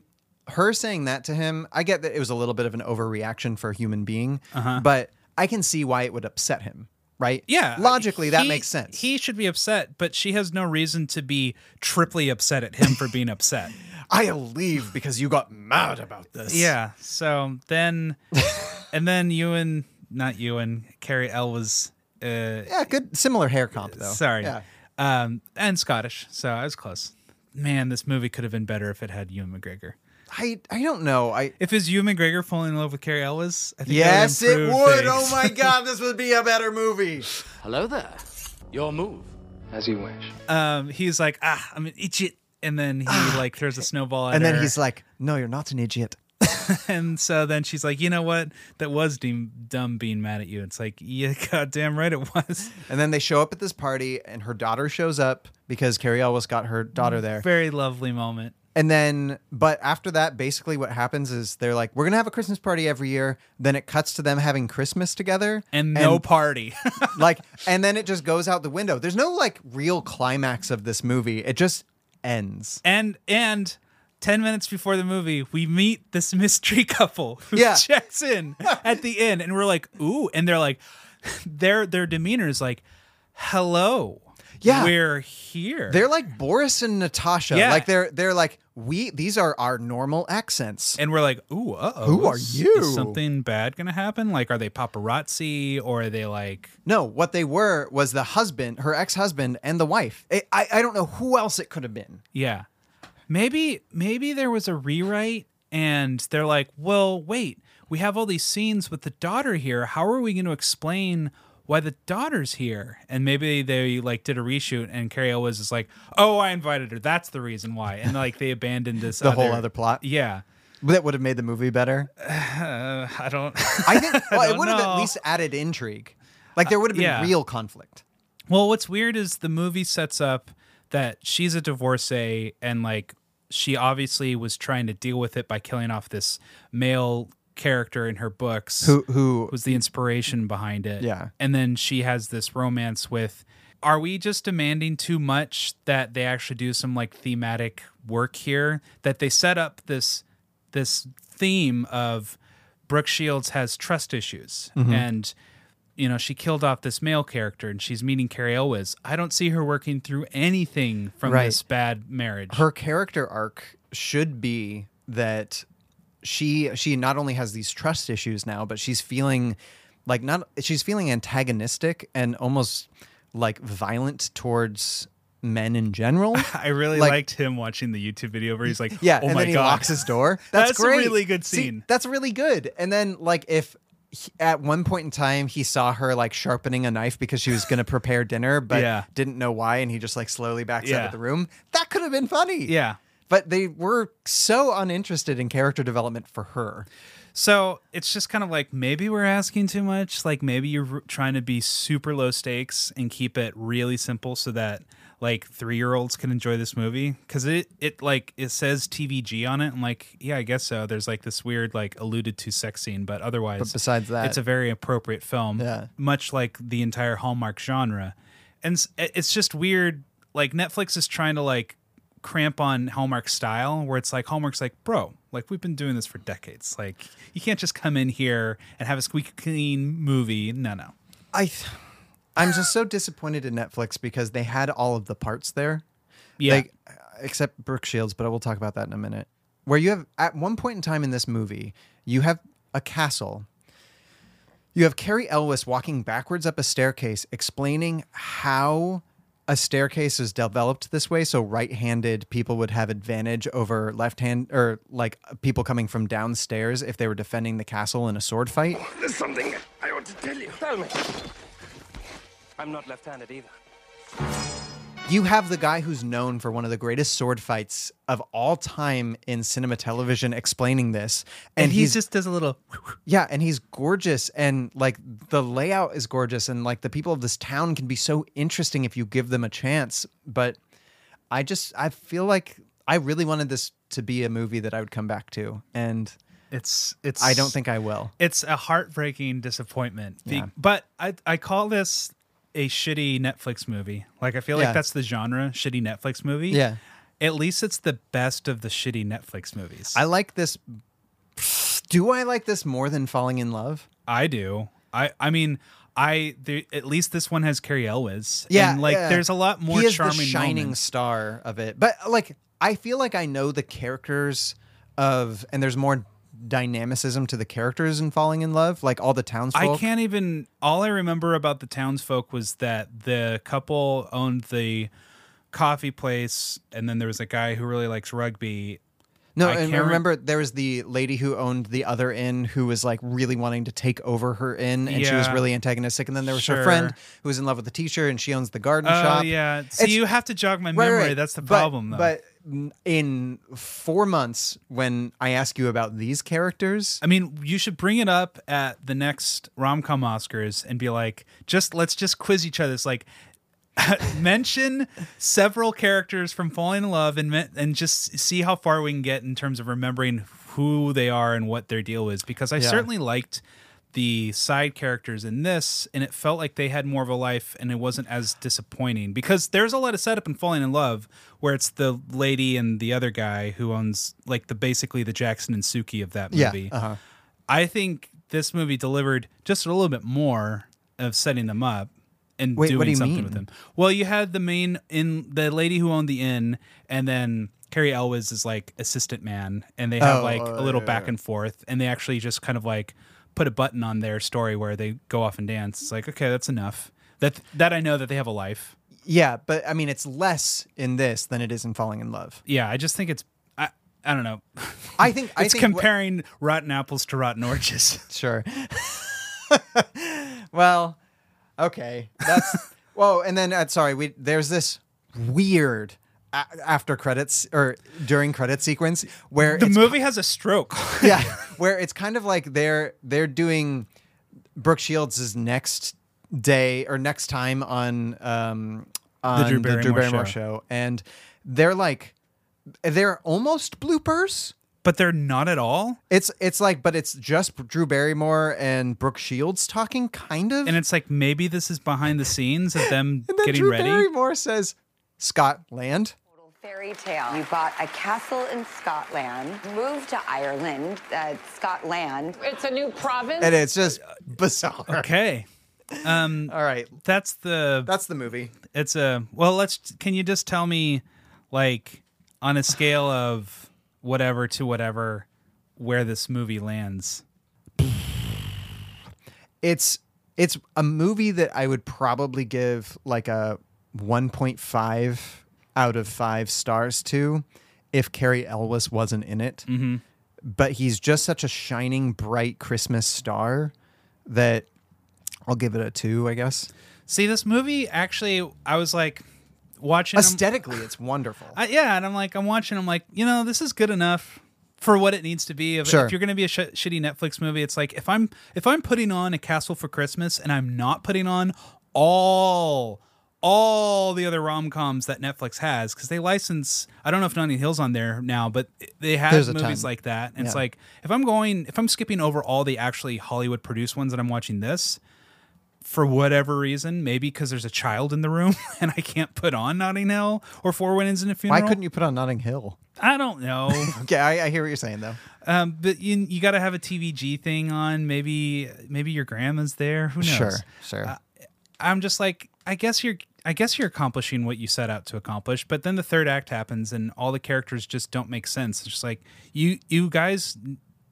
her saying that to him. I get that it was a little bit of an overreaction for a human being, but I can see why it would upset him. Right? Uh-huh. Yeah, Logically, that he- makes sense. He should be upset, but she has no reason to be triply upset at him for being upset. I'll leave because you got mad about this. Yeah. So then, and then Ewan, not Ewan, Carrie L was. Uh, Yeah. Good. Similar hair comp though. Sorry. Yeah. Um, and Scottish. So I was close. Man, this movie could have been better if it had Ewan McGregor. I I don't know. I. If his Ewan McGregor falling in love with Carrie Ellis, I think that Yes, it improve would. things. Oh my God, this would be a better movie. Hello there. Your move. As you wish. Um, he's like, ah, I'm an idiot, and then he like throws a snowball at Ah, And then her. he's like, "No, you're not an idiot." and so then she's like, you know what? That was de- dumb being mad at you. It's like, yeah, goddamn right, it was. And then they show up at this party, and her daughter shows up because Carrie Elwes got her Mm, daughter there. Very lovely moment. And then, but after that, basically what happens is they're like, we're going to have a Christmas party every year. Then it cuts to them having Christmas together. And no party. like, and then it just goes out the window. There's no like real climax of this movie. It just ends. and and 10 minutes before the movie we meet this mystery couple who Yeah. checks in at the end and we're like ooh and they're like their their demeanor is like hello Yeah. we're here They're like Boris and Natasha. Yeah. Like they're, they're like, we, these are our normal accents. and we're like ooh uh-oh Who are is- you? is something bad gonna happen like are they paparazzi or are they like No, what they were was the husband, her ex-husband and the wife. I I, I don't know who else it could have been. yeah maybe maybe there was a rewrite and they're like well wait we have all these scenes with the daughter here how are we going to explain why the daughter's here and maybe they like did a reshoot and carrie Elwes is like oh i invited her that's the reason why and like they abandoned this The whole other plot. yeah That would have made the movie better. uh, i don't I think well, don't it would have know. at least added intrigue. Like there would have been yeah. real conflict. Well, what's weird is the movie sets up that she's a divorcee and like she obviously was trying to deal with it by killing off this male character in her books Who who was the inspiration behind it. Yeah. And then she has this romance with are we just demanding too much that they actually do some like thematic work here that they set up this this theme of Brooke Shields has trust issues Mm-hmm. and you know she killed off this male character and she's meeting Carrie Elwes. I don't see her working through anything from Right. this bad marriage. her character arc should be that she she not only has these trust issues now, but she's feeling like not she's feeling antagonistic and almost like violent towards men in general. I really like- liked him watching the YouTube video where he's like, Yeah, oh and my then he god, locks his door. That's, That's a great. really good See, scene. that's really good. And then like if he- at one point in time he saw her like sharpening a knife because she was going to prepare dinner, but Yeah. didn't know why, and he just like slowly backs out Yeah. of the room. That could have been funny. yeah. But they were so uninterested in character development for her. So it's just kind of like maybe we're asking too much. Like maybe you're r- trying to be super low stakes and keep it really simple so that like three year olds can enjoy this movie because it it like it says TVG on it. and like, yeah, I guess so. There's like this weird like alluded to sex scene, but otherwise, But besides that- it's a very appropriate film. Yeah. much like the entire Hallmark genre, and s- it- it's just weird. Like Netflix is trying to like cramp on Hallmark style, where it's like Hallmark's like, bro, like we've been doing this for decades. Like you can't just come in here and have a squeaky clean movie. No, no. I, th- I'm just so disappointed in Netflix because they had all of the parts there. Yeah, Like, except Brooke Shields, but I will talk about that in a minute. Where you have, at one point in time in this movie, you have a castle. You have Carrie Elwes walking backwards up a staircase, explaining how a staircase is developed this way. So, right handed people would have advantage over left hand or like people coming from downstairs if they were defending the castle in a sword fight. There's something I ought to tell you. Tell me. I'm not left handed either. You have the guy who's known for one of the greatest sword fights of all time in cinema television explaining this. And, And he he's, just does a little. yeah, and he's gorgeous and like the layout is gorgeous and like the people of this town can be so interesting if you give them a chance. But I just I feel like I really wanted this to be a movie that I would come back to. And It's it's. I don't think I will. It's a heartbreaking disappointment. Be- Yeah. But I I call this a shitty Netflix movie. Like I feel Yeah. like that's the genre, shitty Netflix movie. Yeah. At least it's the best of the shitty Netflix movies. I like this. Do I like this more than Falling in Love? I do. I I mean I the, at least this one has Carrie Elwes. and like yeah. there's a lot more He is charming the shining moments. star of it. But like, I feel like I know the characters of, and there's more dynamicism to the characters in Falling in Love, like all the townsfolk. I can't even. All I remember about the townsfolk was that the couple owned the coffee place, and then there was a guy who really likes rugby. No, I and can't rem- remember there was the lady who owned the other inn who was like really wanting to take over her inn, and she was Yeah. really antagonistic. And then there was her Sure. friend who was in love with the teacher, and she owns the garden Oh shop. yeah. So It's- you have to jog my Right, memory. right, right. That's the But- problem, though. But in four months, when I ask you about these characters, I mean, you should bring it up at the next rom com Oscars and be like, just let's just quiz each other. It's like mention several characters from Falling in Love and men- and just see how far we can get in terms of remembering who they are and what their deal is. Because I certainly liked the side characters in this, and it felt like they had more of a life, and it wasn't as disappointing. Because there's a lot of setup in Falling in Love where it's the lady and the other guy who owns like the basically the Jackson and Suki of that Yeah, movie. uh-huh. I think this movie delivered just a little bit more of setting them up and Wait, doing what do you something mean? with them. Well, you had the main in the lady who owned the inn, and then Carrie Elwes is like assistant man, and they have Oh, like oh, a little back and forth, and they actually just kind of like put a button on their story where they go off and dance. It's like okay, that's enough. That that I know that they have a life. yeah, but I mean, it's less in this than it is in Falling in Love. Yeah, I just think it's I I don't know. I think I It's think what- comparing rotten apples to rotten oranges. sure. well, okay, that's whoa. And then uh, sorry, we there's this weird. a- After credits or during credit sequence, where the it's movie has a stroke. yeah, where it's kind of like they're they're doing Brooke Shields' next day or next time on um on Drew Barrymore Barrymore show. and they're like they're almost bloopers. but they're not at all. It's it's like, but it's just Drew Barrymore and Brooke Shields talking, kind of. And it's like maybe this is behind the scenes of them And then getting Drew ready. Barrymore says, "Scotland." Fairy tale. You bought a castle in Scotland, moved to Ireland, uh, Scotland. It's a new province. And it's just bizarre. Okay. Um All right, that's the that's the movie. it's a well let's can you just tell me like on a scale of whatever to whatever where this movie lands. it's it's a movie that I would probably give like a 1.5 out of 5 stars to if Carrie Elwes wasn't in it. Mm-hmm. But he's just such a shining bright Christmas star that I'll give it a 2, I guess. See this movie actually I was like Um, watching 'em- Aesthetically, it's wonderful. I, yeah, and I'm like, I'm watching. I'm like, you know, this is good enough for what it needs to be. If, Sure. if you're gonna be a sh- shitty Netflix movie, it's like if I'm if I'm putting on a Castle for Christmas and I'm not putting on all all the other rom coms that Netflix has because they license. I don't know if Notting Hill's on there now, but they have There's a movies ton. like that. And It's Yeah. like if I'm going if I'm skipping over all the actually Hollywood produced ones and I'm watching this. For whatever reason, maybe because there's a child in the room and I can't put on Notting Hill or Four Weddings and a Funeral. Why couldn't you put on Notting Hill? I don't know, Okay, I, I hear what you're saying though. um, but you you got to have a TVG thing on. Maybe maybe your grandma's there. Who knows? Sure, sure. I'm just like I guess you're I guess you're accomplishing what you set out to accomplish. But then the third act happens, and all the characters just don't make sense. It's just like you you guys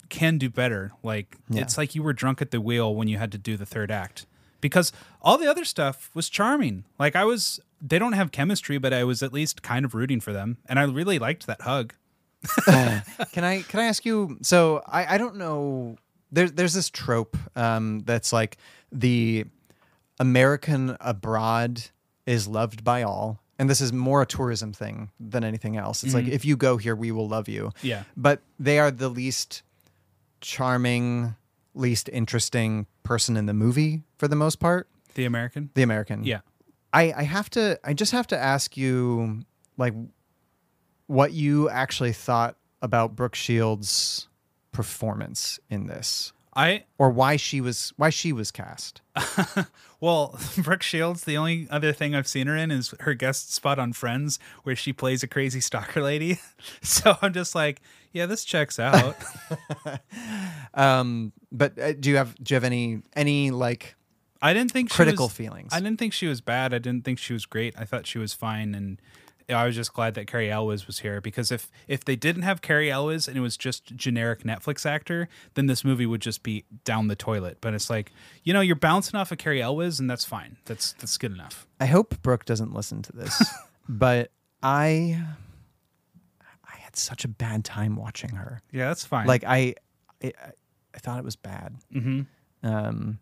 can do better. Like it's like you were drunk at the wheel when you had to do the third act because all the other stuff was charming. Like I was. They don't have chemistry, but I was at least kind of rooting for them, and I really liked that hug. Can I can I ask you? So I I don't know. There's there's this trope um, that's like the American abroad is loved by all, and this is more a tourism thing than anything else. It's Mhm. like if you go here, we will love you. Yeah. But they are the least charming, least interesting person in the movie for the most part. The American? The American. Yeah. I, I have to I just have to ask you like what you actually thought about Brooke Shields' performance in this. I or why she was why she was cast. Well, Brooke Shields, the only other thing I've seen her in is her guest spot on Friends, where she plays a crazy stalker lady. So I'm just like, yeah, this checks out. Um, but uh, do you have do you have any any like I didn't think she critical was- feelings? I didn't think she was bad. I didn't think she was great. I thought she was fine, and I was just glad that Carrie Elwes was here because if if they didn't have Carrie Elwes and it was just generic Netflix actor, then this movie would just be down the toilet. But it's like, you know, you're bouncing off of Carrie Elwes, and that's fine. That's that's good enough. I hope Brooke doesn't listen to this, but I I had such a bad time watching her. Yeah, that's fine. Like I I, I thought it was bad. Mhm. Um,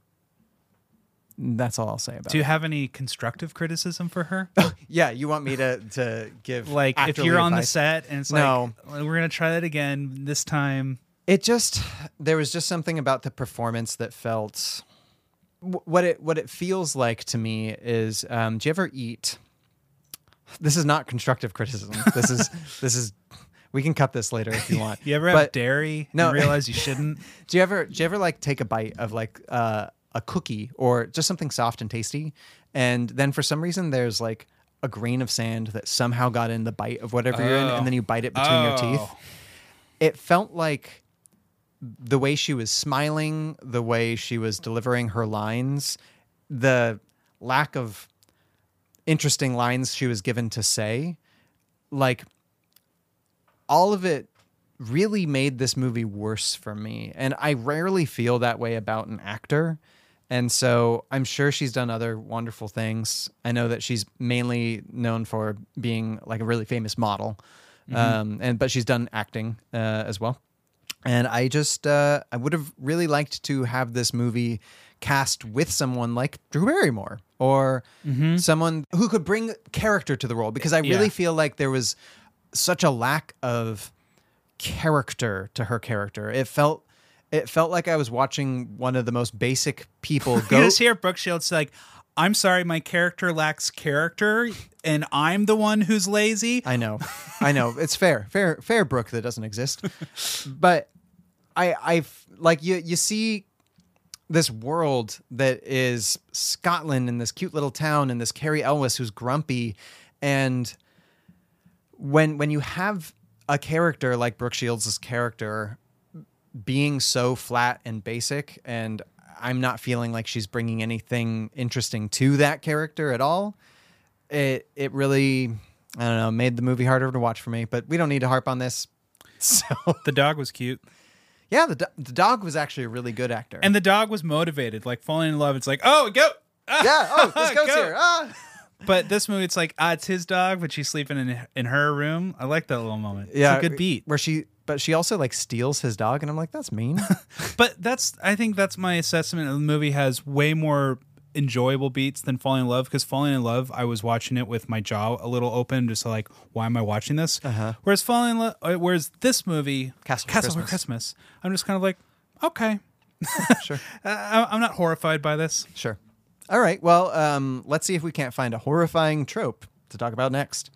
that's all I'll say about. Do you it. have any constructive criticism for her? yeah, you want me to to give like if actorly you're on the advice? set and it's No. like we're gonna try that again this time it just there was just something about the performance that felt wh- what it what it feels like to me is um, do you ever eat this is not constructive criticism this is this is we can cut this later if you want you ever have But dairy no. and realize you shouldn't do you ever do you ever like take a bite of like uh, a cookie or just something soft and tasty and then for some reason there's like a grain of sand that somehow got in the bite of whatever you're in Oh. and then you bite it between your teeth Oh. it felt like the way she was smiling, the way she was delivering her lines, the lack of interesting lines she was given to say, like all of it really made this movie worse for me. And I rarely feel that way about an actor. And so I'm sure she's done other wonderful things. I know that she's mainly known for being like a really famous model. Um, and but she's done acting uh, as well. And I just uh, I would have really liked to have this movie cast with someone like Drew Barrymore or someone who could bring character to the role because I really Yeah. feel like there was such a lack of character to her character. It felt it felt like I was watching one of the most basic people you go just hear brooke shields like i'm sorry my character lacks character and i'm the one who's lazy I know, I know. It's fair, fair, fair. Brooke that doesn't exist, but I, I like you. You see this world that is Scotland and this cute little town and this Carrie Elwes who's grumpy, and when when you have a character like Brooke Shields' character being so flat and basic and I'm not feeling like she's bringing anything interesting to that character at all. It it really I don't know, made the movie harder to watch for me, but we don't need to harp on this. So, the dog was cute yeah, the do- the dog was actually a really good actor. and the dog was motivated like falling in love it's like oh go Ah, yeah, oh, this goes go. here. Ah. but this movie it's like ah it's his dog but she's sleeping in in her room i like that little moment Yeah, it's a good beat Where she but she also like steals his dog and I'm like that's mean. But that's I think that's my assessment of the movie has way more enjoyable beats than Falling in Love because Falling in Love I was watching it with my jaw a little open just like why am I watching this? Uh-huh. Whereas Falling in Love whereas this movie Castle for Castle Christmas. Christmas I'm just kind of like okay sure. uh, I- I'm not horrified by this. Sure. All right. Well, um, let's see if we can't find a horrifying trope to talk about next.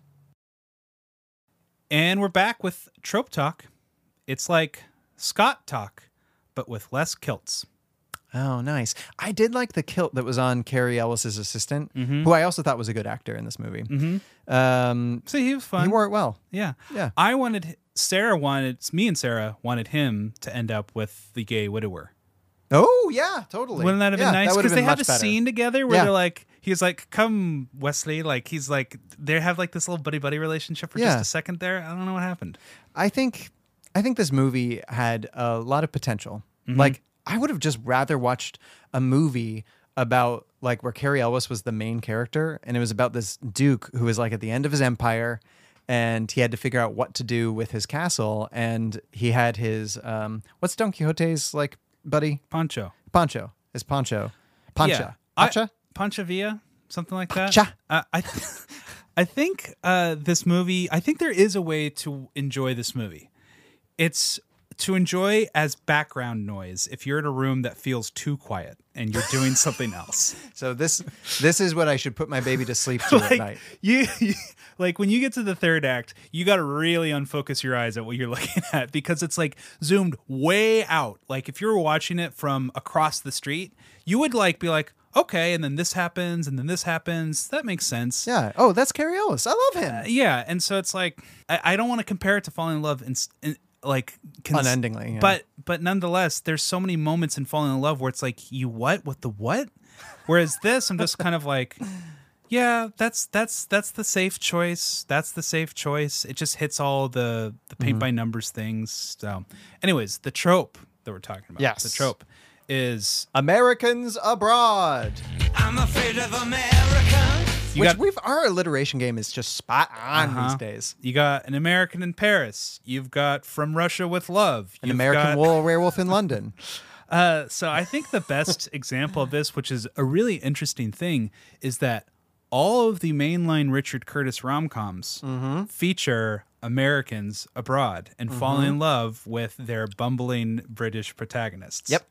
And we're back with trope talk. It's like Scott talk but with less kilts. Oh, nice. I did like the kilt that was on Carrie Ellis's assistant, Mm-hmm. who I also thought was a good actor in this movie. Um, So he was Mm-hmm. fun. he wore it well. Yeah. Yeah. I wanted Sarah wanted me and Sarah wanted him to end up with the gay widower. Oh, yeah, totally. Wouldn't that have been Yeah, nice? would've Because they been had a much better. scene together where Yeah. they're like, he's like, "Come, Wesley," like he's like, they have like this little buddy buddy relationship for Yeah. just a second there. I don't know what happened. I think, I think this movie had a lot of potential. Mm-hmm. Like, I would have just rather watched a movie about like where Carrie Ellis was the main character, and it was about this duke who was like at the end of his empire, and he had to figure out what to do with his castle, and he had his um, what's Don Quixote's like buddy Pancho, Pancho. Is Pancho. Pancha. yeah. Pancha? I, Pancha Villa, something like that. Pancha. Uh, I, I think uh, this movie. I think there is a way to enjoy this movie. It's to enjoy as background noise if you're in a room that feels too quiet and you're doing something else. So this this is what I should put my baby to sleep to at Like, night. You, you- like when you get to the third act, you got to really unfocus your eyes at what you're looking at because it's like zoomed way out. Like if you were watching it from across the street, you would like be like, okay, and then this happens, and then this happens. That makes sense. Yeah. Oh, that's Carrie Ellis. I love him. yeah, and so it's like I, I don't want to compare it to Falling in Love and, s- and like Unendingly, yeah. but but nonetheless, there's so many moments in Falling in Love where it's like you what with the what, whereas this I'm just kind of like, yeah, that's that's that's the safe choice. That's the safe choice. It just hits all the the Mm-hmm. paint by numbers things. So, anyways, the trope that we're talking about, Yes. the trope is Americans abroad. I'm afraid of America. You Which got- we've our alliteration game is just spot on Uh-huh. these days. You got an American in Paris. You've got From Russia with Love. An You've American got- wo- werewolf in London. Uh, so I think the best example of this, which is a really interesting thing, is that all of the mainline Richard Curtis rom coms Mm-hmm. feature Americans abroad and fall Mhm. in love with their bumbling British protagonists. Yep.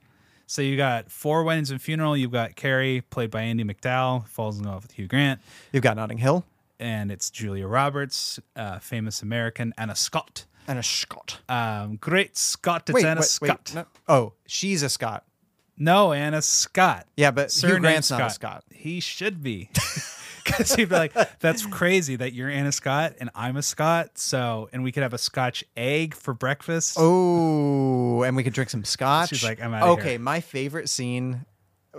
So you got Four Weddings and Funeral. You've got Carrie, played by Andy McDowell, falls in love with Hugh Grant. You've got Notting Hill. And it's Julia Roberts, uh, famous American, Anna Scott. Anna Scott. Um, great Scott. It's Wait, Anna wait, wait, Scott. no- oh, she's a Scott. No, Anna Scott. Yeah, but Hugh Surname Grant's not a Scott. He should be. Because he'd be like, that's crazy that you're Anna Scott and I'm a Scott. So, and we could have a Scotch egg for breakfast. Oh, and we could drink some scotch. She's like, "I'm outta here." Okay, my favorite scene,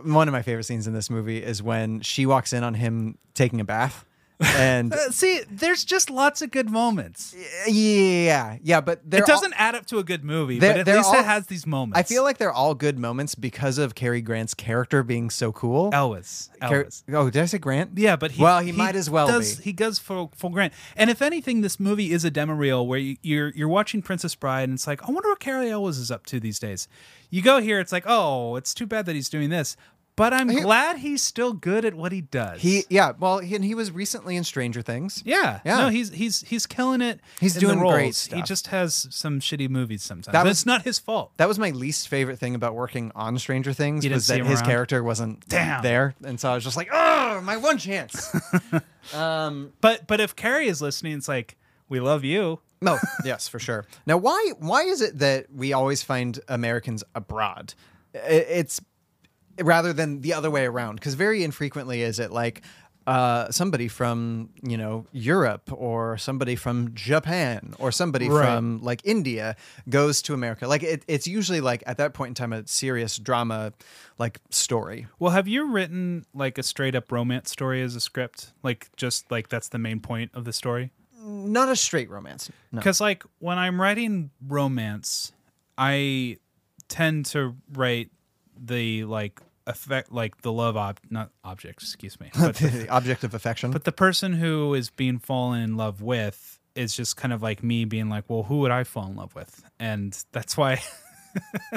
one of my favorite scenes in this movie is when she walks in on him taking a bath. And Uh, see, there's just lots of good moments. yeah, yeah, but they're it all- doesn't add up to a good movie, they're- but at they're least all- it has these moments. I feel like they're all good moments because of Cary Grant's character being so cool. Elvis. Car- Elvis. oh, did I say Grant? Yeah, but he, well, he, might as well does, be. He does full, full Grant. And if anything, this movie is a demo reel where you, you're you're watching Princess Bride, and it's like, I wonder what Carrie Elwes is up to these days. You go here, it's like, oh, it's too bad that he's doing this, but I'm glad he's still good at what he does. He, yeah, well, he, and he was recently in Stranger Things. yeah, yeah. No, he's he's he's killing it. He's in doing the great roles. He stuff. just has some shitty movies sometimes. That That was- was not his fault. That was my least favorite thing about working on Stranger Things You didn't was see that him his around? character wasn't Damn. there, and so I was just like, oh, my one chance. um, but but if Carrie is listening, it's like, we love you. No, Oh, yes, for sure. Now, why why is it that we always find Americans abroad? I- It's rather than the other way around, because very infrequently is it like uh, somebody from you know Europe or somebody from Japan or somebody Right. from like India goes to America. Like it, it's usually like at that point in time a serious drama like story. Well, have you written like a straight up romance story as a script? Like just like that's the main point of the story? Not a straight romance. No. Because like when I'm writing romance, I tend to write the like effect like the love ob not object, excuse me. But the, the object of affection. but the person who is being fallen in love with is just kind of like me being like, well, who would I fall in love with? And that's why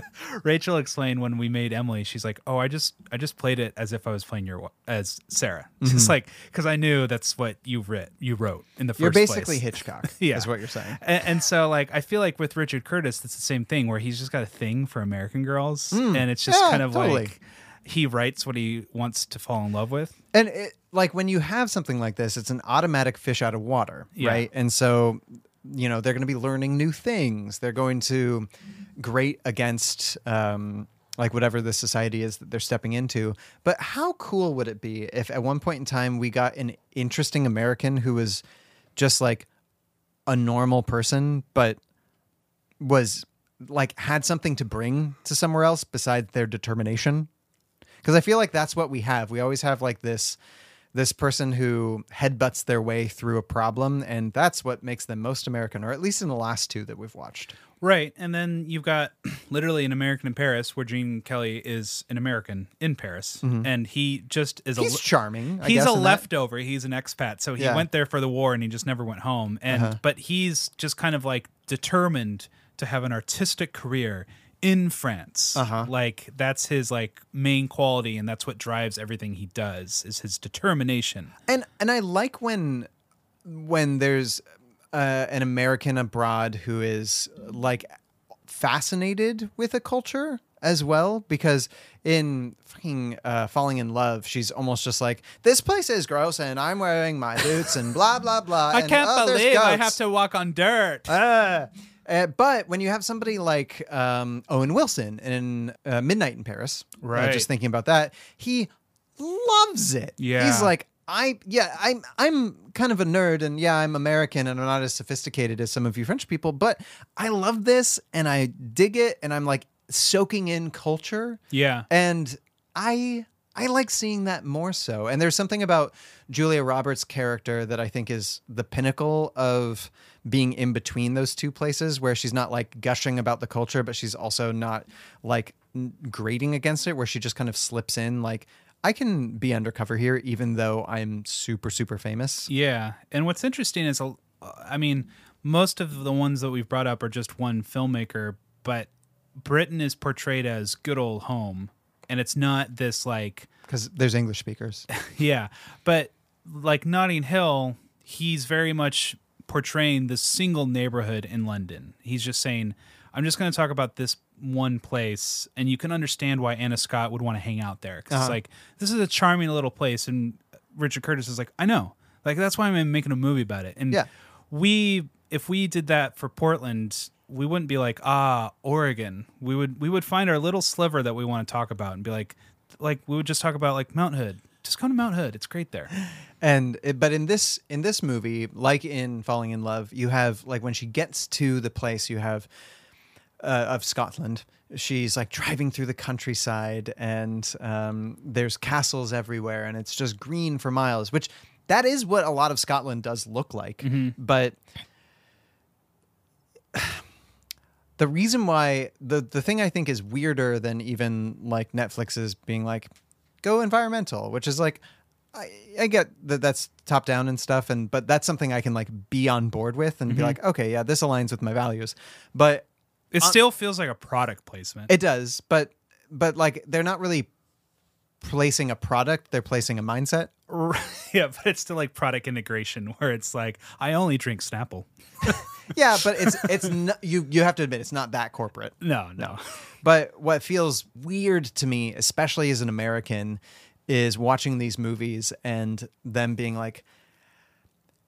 Rachel explained when we made Emily, she's like, "Oh, I just I just played it as if I was playing your wa- as Sarah, Mhm. just like because I knew that's what you writ you wrote in the first. You're basically place. Hitchcock, yeah, is what you're saying. And, and so like I feel like with Richard Curtis, it's the same thing where he's just got a thing for American girls, Mm. and it's just Yeah, kind of totally. like he writes what he wants to fall in love with. And it, like when you have something like this, it's an automatic fish out of water, Yeah. right? And so, you know, they're going to be learning new things. They're going to grate against um, like whatever the society is that they're stepping into. But how cool would it be if at one point in time we got an interesting American who was just like a normal person, but was like had something to bring to somewhere else besides their determination because i feel like that's what we have we always have like this this person who headbutts their way through a problem and that's what makes them most american or at least in the last two that we've watched Right. And then you've got literally an American in Paris where Gene Kelly is an American in Paris. Mhm. And he just is He's a charming, I he's guess, a in that- leftover. He's an expat. So he Yeah. went there for the war and he just never went home. And Uh-huh. but he's just kind of like determined to have an artistic career in France. Uh-huh. Like that's his like main quality and that's what drives everything he does is his determination. and and i like when when there's uh, an American abroad who is like fascinated with a culture as well because in fucking uh, falling in love she's almost just like this place is gross and i'm wearing my boots and blah blah blah I and, can't "Oh, there's believe I goats." have to walk on dirt. Uh, uh, but when you have somebody like um, Owen Wilson in uh, Midnight in Paris, uh, Right. just thinking about that, he loves it. Yeah. he's like. I yeah I'm I'm kind of a nerd and yeah I'm American and I'm not as sophisticated as some of you French people but I love this and I dig it and I'm like soaking in culture Yeah. and I I like seeing that more so. And there's something about Julia Roberts' character that I think is the pinnacle of being in between those two places where she's not like gushing about the culture but she's also not like n- grating against it where she just kind of slips in like I can be undercover here even though I'm super super famous. Yeah, and what's interesting is, uh, I mean, most of the ones that we've brought up are just one filmmaker, but Britain is portrayed as good old home, and it's not this like, Cuz there's English speakers. yeah, but like Notting Hill, he's very much portraying this single neighborhood in London. He's just saying, I'm just going to talk about this one place, and you can understand why Anna Scott would want to hang out there 'Cause Uh-huh. it's like this is a charming little place, and Richard Curtis is like, I know, like that's why I'm making a movie about it, and Yeah. we if we did that for Portland, we wouldn't be like, ah, Oregon. We would we would find our little sliver that we want to talk about and be like like we would just talk about like Mount Hood. Just come to Mount Hood. It's great there. and but in this in this movie like in falling in love you have like when she gets to the place you have uh, of scotland she's like driving through the countryside and um, there's castles everywhere and it's just green for miles which that is what a lot of scotland does look like but the reason why the the thing I think is weirder than even like Netflix's being like go environmental, which is like I, I get that that's top down and stuff, and but that's something I can like be on board with and be Mhm. like, okay, yeah, this aligns with my values, but It on- still feels like a product placement. it does, but but like they're not really placing a product; they're placing a mindset. yeah, but it's still like product integration where it's like I only drink Snapple. yeah, but it's it's n you you have to admit it's not that corporate. No, no. But what feels weird to me, especially as an American, is watching these movies and them being like,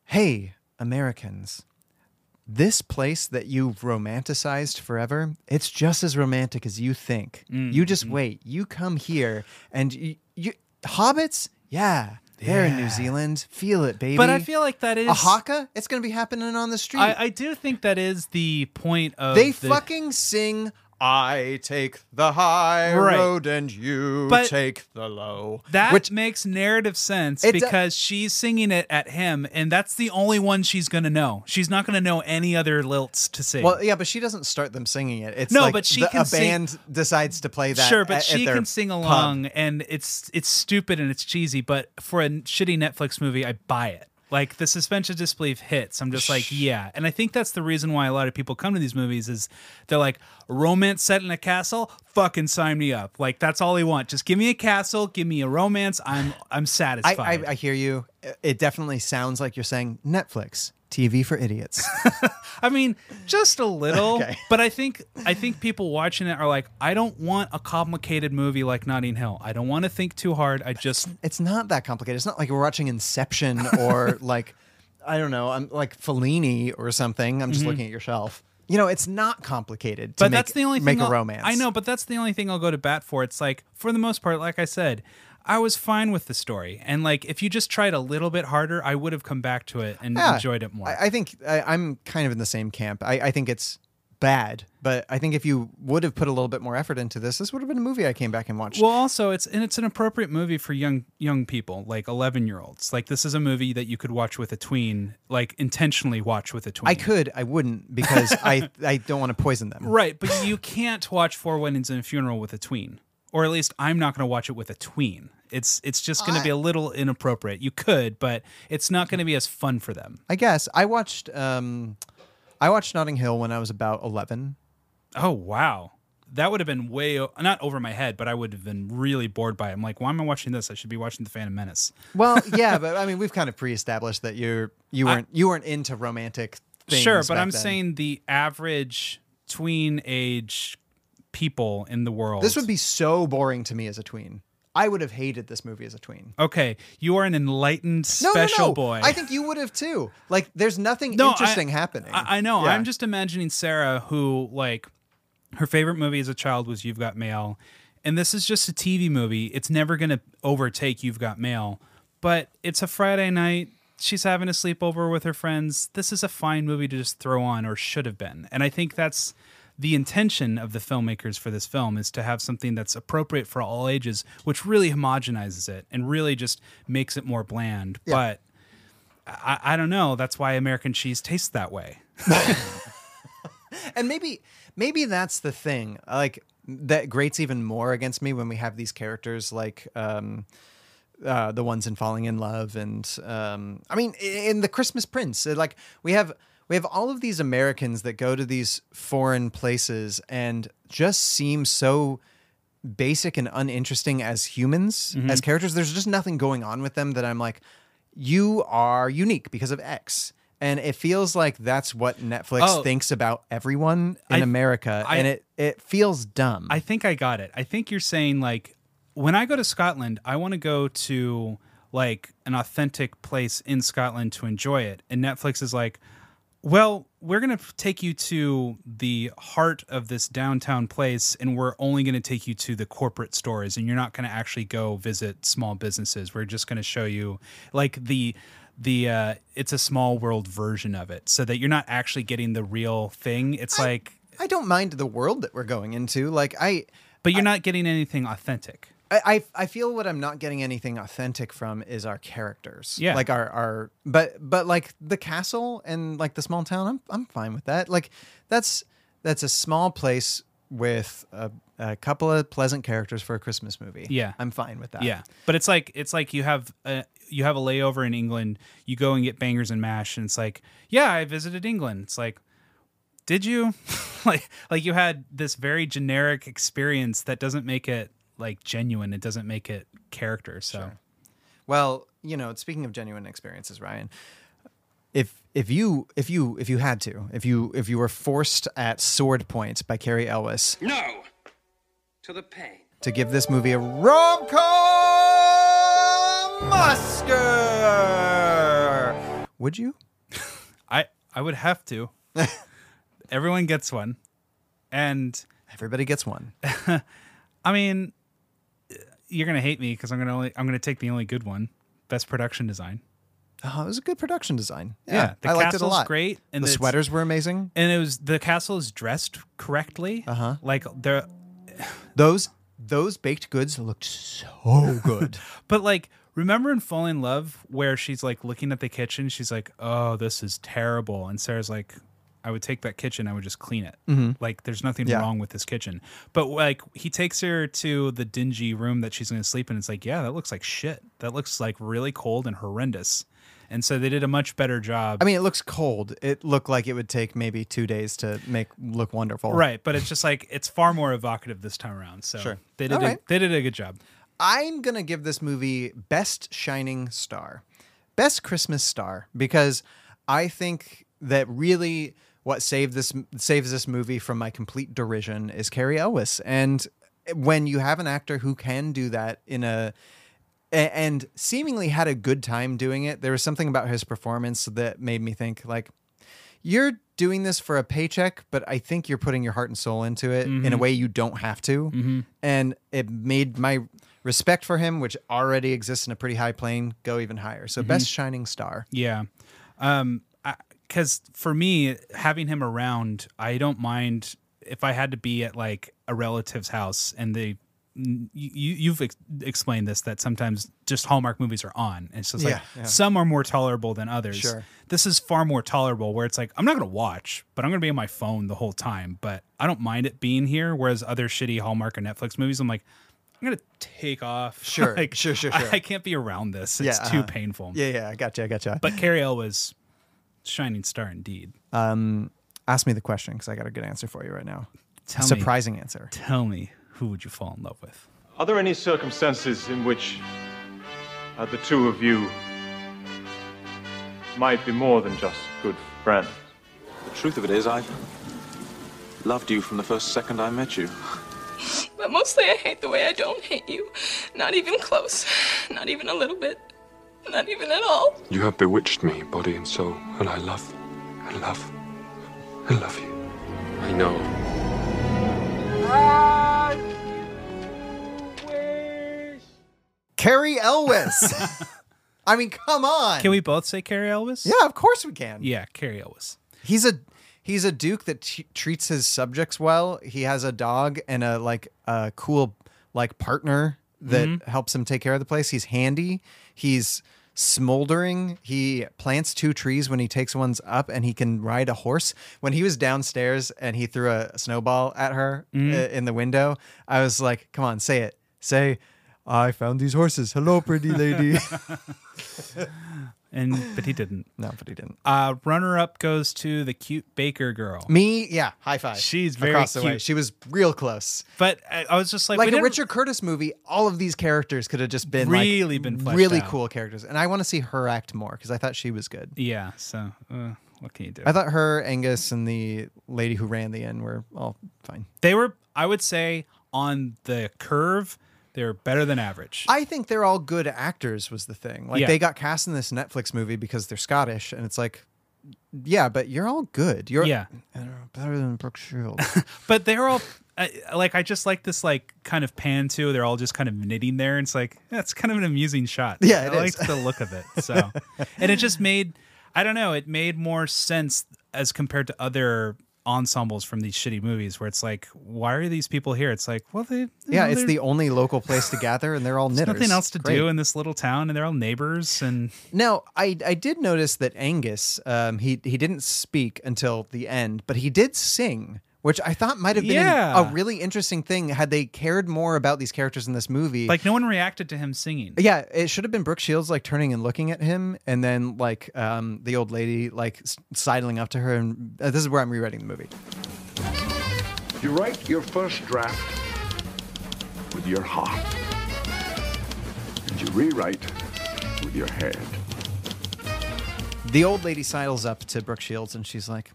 "Hey, Americans, this place that you've romanticized forever, it's just as romantic as you think. Mm, You just mm-hmm. wait. You come here and you, you hobbits, yeah." They're in New Zealand. Feel it, baby. But I feel like that is a haka. It's going to be happening on the street. I, I do think that is the point of They the- fucking sing I take the high Right. road and you But- take the low. That which makes narrative sense It do- because she's singing it at him, and that's the only one she's going to know. She's not going to know any other lilts to sing. well, yeah, but she doesn't start them singing it. It's No, like but she the- can a sing- band decides to play that. sure, but at- at she their can sing pub. along, and it's it's stupid and it's cheesy. But for a shitty Netflix movie, I buy it. Like the suspension of disbelief hits. I'm just like, yeah. And I think that's the reason why a lot of people come to these movies is they're like, romance set in a castle, fucking sign me up. Like that's all I want. Just give me a castle, give me a romance. I'm I'm I, satisfied. I, I hear you. It definitely sounds like you're saying Netflix, TV for idiots. I mean, just a little. But I think I think people watching it are like, I don't want a complicated movie like Notting Hill. I don't want to think too hard. I just it's not that complicated. It's not like we're watching Inception or like I don't know, I'm like Fellini or something. I'm just Mhm. looking at your shelf. You know, it's not complicated. To but make, that's the only thing make a I'll- romance. I know, but that's the only thing I'll go to bat for. It's like for the most part, like I said, I was fine with the story, and like if you just tried a little bit harder, I would have come back to it and Yeah. enjoyed it more. I, I think I, I'm kind of in the same camp. I, I think it's bad, but I think if you would have put a little bit more effort into this, this would have been a movie I came back and watched. Well, also it's and it's an appropriate movie for young young people, like eleven year olds. Like this is a movie that you could watch with a tween, like intentionally watch with a tween. I could, I wouldn't, because I I don't want to poison them. Right, but you can't watch Four Weddings and a Funeral with a tween, or at least I'm not going to watch it with a tween. It's it's just going to be a little inappropriate. You could, but it's not going to be as fun for them. I guess I watched um, I watched Notting Hill when I was about eleven. Oh wow, that would have been way o- not over my head, but I would have been really bored by it. I'm like, why am I watching this? I should be watching The Phantom Menace. Well, yeah, but I mean, we've kind of pre-established that you're you I- weren't you weren't into romantic. things sure, but back I'm then. saying the average tween age people in the world. this would be so boring to me as a tween. I would have hated this movie as a tween. okay. You are an enlightened No, special no, no. boy. I think you would have too. Like, there's nothing No, I- interesting happening. I, I know. Yeah. I'm just imagining Sarah, who like her favorite movie as a child was You've Got Mail, and this is just a TV movie. It's never going to overtake You've Got Mail, but it's a Friday night. She's having a sleepover with her friends. This is a fine movie to just throw on, or should have been. And I think that's the intention of the filmmakers for this film is to have something that's appropriate for all ages, which really homogenizes it and really just makes it more bland. Yeah. But I, I don't know. That's why American cheese tastes that way. and maybe maybe that's the thing like that grates even more against me when we have these characters like um uh, the ones in falling in love and um i mean i- in the christmas prince uh, like we have we have all of these americans that go to these foreign places and just seem so basic and uninteresting as humans Mhm. as characters there's just nothing going on with them that i'm like you are unique because of x and it feels like that's what netflix Oh. thinks about everyone in I- america I- and it it feels dumb I think I got it. I think you're saying like when I go to Scotland, I want to go to like an authentic place in Scotland to enjoy it. And Netflix is like, well, we're going to take you to the heart of this downtown place and we're only going to take you to the corporate stores and you're not going to actually go visit small businesses. We're just going to show you like the the uh it's a small world version of it so that you're not actually getting the real thing. It's like I don't mind the world that we're going into. Like I, but you're not getting anything authentic. I, I I feel what I'm not getting anything authentic from is our characters. Yeah. Like our our but but like the castle and like the small town, I'm I'm fine with that. Like that's that's a small place with a, a couple of pleasant characters for a Christmas movie. Yeah. I'm fine with that. Yeah, but it's like it's like you have a you have a layover in England. You go and get bangers and mash, and it's like, yeah, I visited England. It's like, did you? like like you had this very generic experience that doesn't make it like genuine. It doesn't make it character. So Well, you know, speaking of genuine experiences, Ryan, if if you if you if you had to, if you if you were forced at sword point by Carrie Elwes No! To the pain. to give this movie a rom com Oscar. Would you? I I would have to. Everyone gets one, and everybody gets one. I mean, you're gonna hate me because I'm gonna only I'm gonna take the only good one, best production design. Oh, it was a good production design. Yeah, the I liked it a castle's lot. great, and the it's- sweaters were amazing. and it was the castle is dressed correctly. Uh Uh-huh. huh. Like they're Those those baked goods looked so good. but like remember in Fall in Love where she's like looking at the kitchen, she's like, "Oh, this is terrible," and Sarah's like, "I would take that kitchen, I would just clean it. Mhm. Like there's nothing Yeah. wrong with this kitchen." But like he takes her to the dingy room that she's going to sleep in. It's like, yeah, that looks like shit. That looks like really cold and horrendous. And so they did a much better job. I mean, it looks cold. It looked like it would take maybe two days to make look wonderful. Right, but it's just like it's far more evocative this time around. So Sure. they did All a, right. they did a good job. I'm going to give this movie Best Shining Star, Best Christmas Star, because I think that really what saved this saves this movie from my complete derision is Carrie Elwes. And when you have an actor who can do that in a a- and seemingly had a good time doing it, there was something about his performance that made me think like you're doing this for a paycheck, but I think you're putting your heart and soul into it in a Mhm. way you don't have to Mm-hmm. and it made my respect for him, which already exists in a pretty high plane, go even higher. So, Mhm. best shining star. Yeah. Um cuz for me having him around, I don't mind if I had to be at like a relative's house and they you you- you've ex- explained this that sometimes just Hallmark movies are on and so it's like Yeah, yeah. some are more tolerable than others. Sure. This is far more tolerable where it's like I'm not going to watch, but I'm going to be on my phone the whole time, but I don't mind it being here whereas other shitty Hallmark or Netflix movies I'm like I'm going to take off. Sure, like, sure, sure, I- sure. I, can't be around this. It's Yeah, too uh-huh. painful. Yeah, yeah, I gotcha, I gotcha. But Carrie was shining star indeed. um, ask me the question because I got a good answer for you right now. Tell me- Surprising answer. Tell me, who would you fall in love with? Are there any circumstances in which uh, the two of you might be more than just good friends? The truth of it is, I loved you from the first second I met you. But mostly I hate the way I don't hate you. Not even close. Not even a little bit. Not even at all. You have bewitched me, body and soul, and I love, and love, and love you. I know. Carrie Elwes. I mean, come on. Can we both say Carrie Elwes? Yeah, of course we can. Yeah, Carrie Elwes. He's a he's a duke that t- treats his subjects well. He has a dog and a like a cool like partner that Mhm. helps him take care of the place. He's handy. He's smoldering. He plants two trees when he takes one's up and he can ride a horse. When he was downstairs and he threw a snowball at her Mm-hmm. Mhm. uh, in the window, I was like, "Come on, say it. Say I found these horses. Hello, pretty lady." and but he didn't. No, but he didn't. Uh, runner up goes to the cute baker girl. Me, yeah, high five. She's very Across the cute. way. She was real close. But I, I was just like, like we a didn't- Richard Curtis movie, all of these characters could have just been like, Really been fleshed really out. cool characters, and I want to see her act more because I thought she was good. Yeah. So uh, what can you do? I thought her, Angus, and the lady who ran the inn were all fine. they were. I would say on the curve, they were better than average. I think they're all good actors. Was the thing like Yeah. they got cast in this Netflix movie because they're Scottish, and it's like, yeah, but you're all good. You're Yeah. I don't know, better than Brooke Shields. But they're all. I, like I just like this like kind of pan too. They're all just kind of knitting there, and it's like that's kind of an amusing shot. Yeah, it I is. liked the look of it. So, and it just made I don't know. It made more sense as compared to other ensembles from these shitty movies, where it's like, why are these people here? It's like, well, they yeah, they're- it's the only local place to gather, and they're all there's knitters. nothing else to Great. do in this little town, and they're all neighbors, and Now, I, I did notice that Angus, um, he, he didn't speak until the end, but he did sing, which I thought might have been an- Yeah. a really interesting thing had they cared more about these characters in this movie. like no one reacted to him singing. yeah, it should have been Brooke Shields like turning and looking at him, and then like um, the old lady like s- sidling up to her. And uh, this is where I'm rewriting the movie. You write your first draft with your heart, and you rewrite with your head. The old lady sidles up to Brooke Shields and she's like,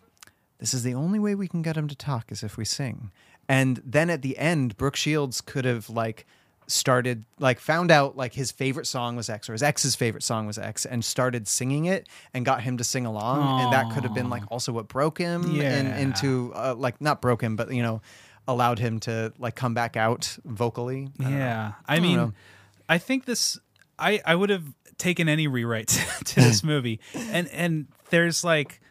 This is the only way we can get him to talk is if we sing. And then at the end, Brooke Shields could have like started like found out like his favorite song was X or his ex's favorite song was X and started singing it and got him to sing along. And that could have been like also what broke him and Yeah. into uh, like not broke him, but you know, allowed him to like come back out vocally. I don't know. yeah, I don't mean, know. I think this. I I would have taken any rewrite to this movie, and and there's like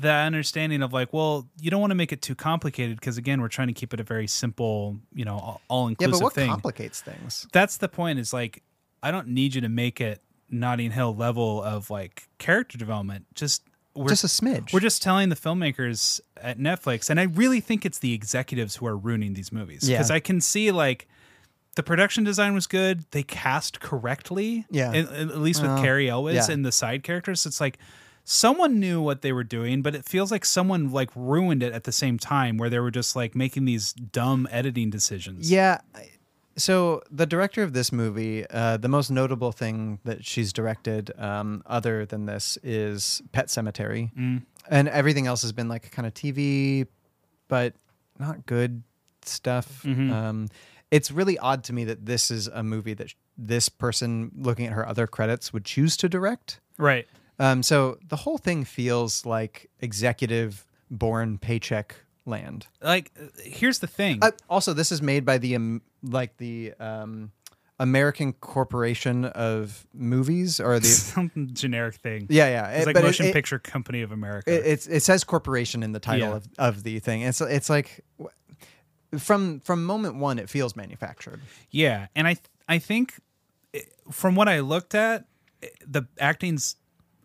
the understanding of like, well, you don't want to make it too complicated because again, we're trying to keep it a very simple, you know, all yeah, inclusive but what thing. complicates things? That's the point. Is like, I don't need you to make it Notting Hill level of like character development. Just we're, Just a smidge. We're just telling the filmmakers at Netflix, and I really think it's the executives who are ruining these movies Yeah. because I can see like the production design was good. They cast correctly. Yeah. At, at least Well, with Carrie Elwes yeah. and the side characters. It's like someone knew what they were doing, but it feels like someone like ruined it at the same time where they were just like making these dumb editing decisions. Yeah. I- So the director of this movie, uh, the most notable thing that she's directed, um, other than this, is Pet Cemetery, Mm. and everything else has been like kind of TV, but not good stuff. Um, it's really odd to me that this is a movie that sh- this person, looking at her other credits, would choose to direct. Right. Um, so the whole thing feels like executive born paycheck land. Like, uh, here's the thing. Uh, also, this is made by the um, like the um, American Corporation of Movies or the Some generic thing. Yeah, yeah, It's it- like but it- Motion it- Picture Company of America. it, it's it says corporation in the title Yeah. of, of the thing. It's it's like wh- from from moment one, it feels manufactured. Yeah, and I th- I think eh, from what I looked at, eh, the acting's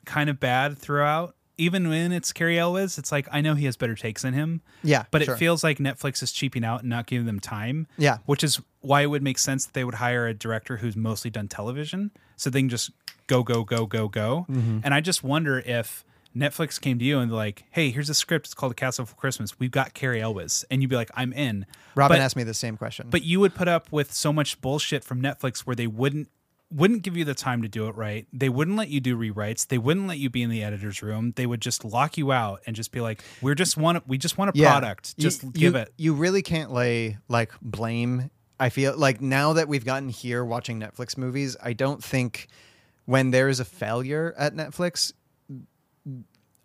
kind of bad throughout. Even when it's Carrie Elwes, it's like I know he has better takes than him. Yeah, but sure. it feels like Netflix is cheaping out and not giving them time. Yeah. which is why it would make sense that they would hire a director who's mostly done television, so they can just go go go go go. Mhm. And I just wonder if Netflix came to you and like, hey, here's a script. It's called Castle for Christmas. We've got Carrie Elwes, and you'd be like, I'm in. Robin But- asked me the same question. But you would put up with so much bullshit from Netflix where they wouldn't wouldn't give you the time to do it right. They wouldn't let you do rewrites. They wouldn't let you be in the editor's room. They would just lock you out and just be like, "We're just want we just want a product. You- Just you- give it." You really can't lay like blame. I feel like now that we've gotten here watching Netflix movies, I don't think when there is a failure at Netflix,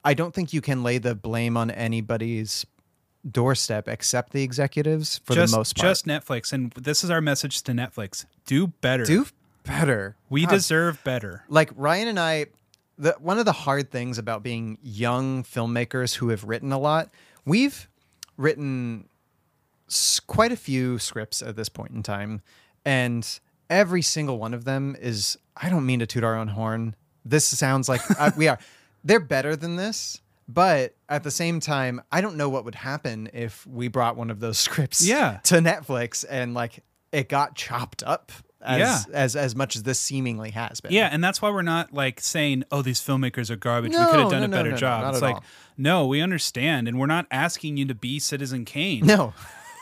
I don't think you can lay the blame on anybody's doorstep except the executives for just, the most part. Just Netflix, and this is our message to Netflix: do better. Do better. We God. deserve better. like Ryan and I, the, one of the hard things about being young filmmakers who have written a lot, we've written s- quite a few scripts at this point in time, and every single one of them is. I don't mean to toot our own horn. This sounds like I, we are. They're better than this, but at the same time, I don't know what would happen if we brought one of those scripts Yeah. to Netflix and like it got chopped up as Yeah. as as much as this seemingly has been. Yeah, and that's why we're not like saying, "Oh, these filmmakers are garbage. we No, could have done no, a no, better no, no, job." not it's at like, all. no, we understand, and we're not asking you to be Citizen Kane. No.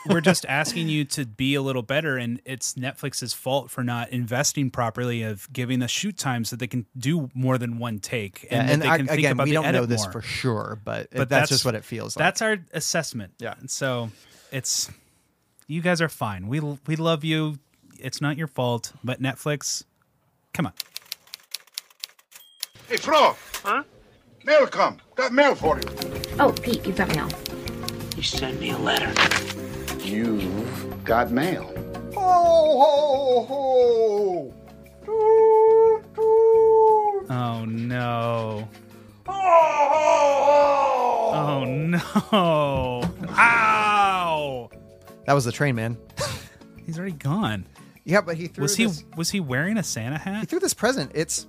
we're just asking you to be a little better, and it's Netflix's fault for not investing properly of giving us shoot times so they can do more than one take, Yeah, and and, that they I- can think again, about we the don't edit know this more. for sure, but, it- that's, just what it feels like. That's our assessment. Yeah. And so it's you guys are fine. We we love you. It's not your fault, but Netflix, come on. Hey, Flo. Huh? Mail come. Got mail for you. Oh, Pete, you've got mail. You sent me a letter. You've got mail. ho, ho! Oh no. Oh, Oh no. Ow. That was the train, man. He's already gone. Yeah, but he threw Was he this- was he wearing a Santa hat? he threw this present. It's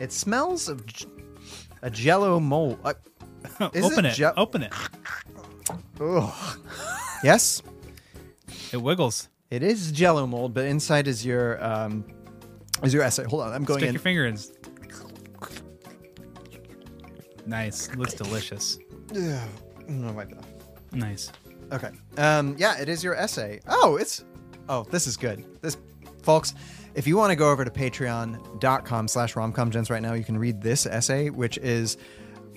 it smells of j- a Jello mold. Uh, is Open it. Je- Open it. Ugh. yes, it wiggles. It is Jello mold, but inside is your um is your essay. Hold on, I'm going Stick in. your finger in. Nice. Looks delicious. Yeah, no, wipe that. Nice. Okay. Um, yeah, it is your essay. Oh, it's. Oh, this is good. This, folks, if you want to go over to patreon.com slash romcomgens right now, you can read this essay, which is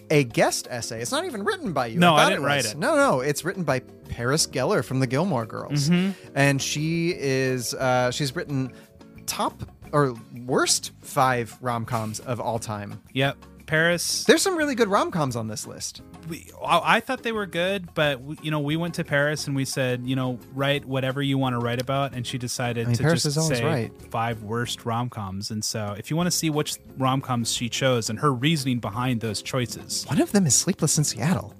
a guest essay. It's not even written by you. No, I thought didn't write was. it. No, no, it's written by Paris Geller from the Gilmore Girls. Mhm. And she is, uh, she's written top or worst five rom-coms of all time. Yep. Paris. There's some really good rom-coms on this list. we, I I thought they were good, but we, you know, we went to Paris and we said, you know, write whatever you want to write about, and she decided I mean, to Paris just is always say right. five worst rom coms. And so, if you want to see which rom coms she chose and her reasoning behind those choices, One of them is Sleepless in Seattle.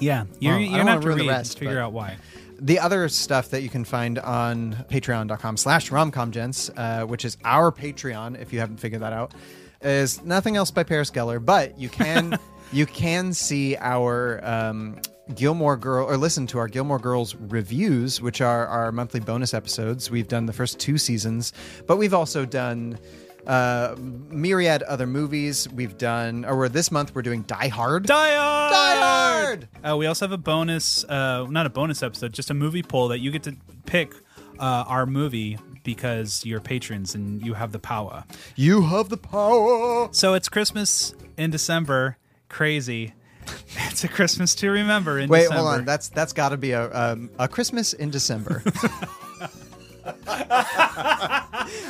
yeah, you're, Well, I don't you're gonna wanna have to ruin the read rest, and figure but- out why. the other stuff that you can find on patreon.com slash romcomgents uh, which is our patreon if you haven't figured that out is nothing else by paris geller but you can you can see our um, gilmore girl or listen to our gilmore girls reviews which are our monthly bonus episodes we've done the first two seasons but we've also done uh, myriad other movies we've done or this month we're doing die hard Die Hard! Uh, we also have a bonus, uh, not a bonus episode, just a movie poll that you get to pick uh, our movie because you're patrons and you have the power. You have the power. So it's Christmas in December. Crazy. It's a Christmas to remember in Wait, December. hold on. That's that's got to be a um, a Christmas in December.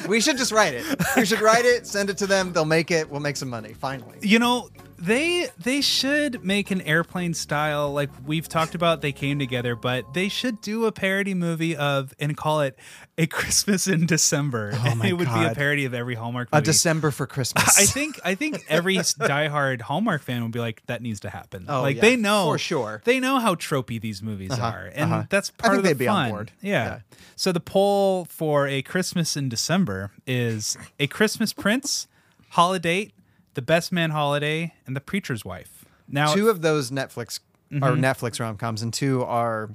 we should just write it. We should write it, send it to them. They'll make it. We'll make some money. Finally, You know, they they should make an airplane style like we've talked about they came together, but they should do a parody movie of and call it A Christmas in December. Oh my it would be a God. parody of every Hallmark a movie. December for Christmas. I think I think every diehard Hallmark fan would be like, that needs to happen. Oh, like yeah, they know for sure. They know how tropey these movies Uh-huh, are, and uh-huh. that's I part think of the they'd be on fun. board. Yeah. Yeah. So the poll for a Christmas in December is a Christmas Prince, Holiday, the Best Man Holiday, and the Preacher's Wife. Now, two of those Netflix are Mhm. Netflix rom coms, and two are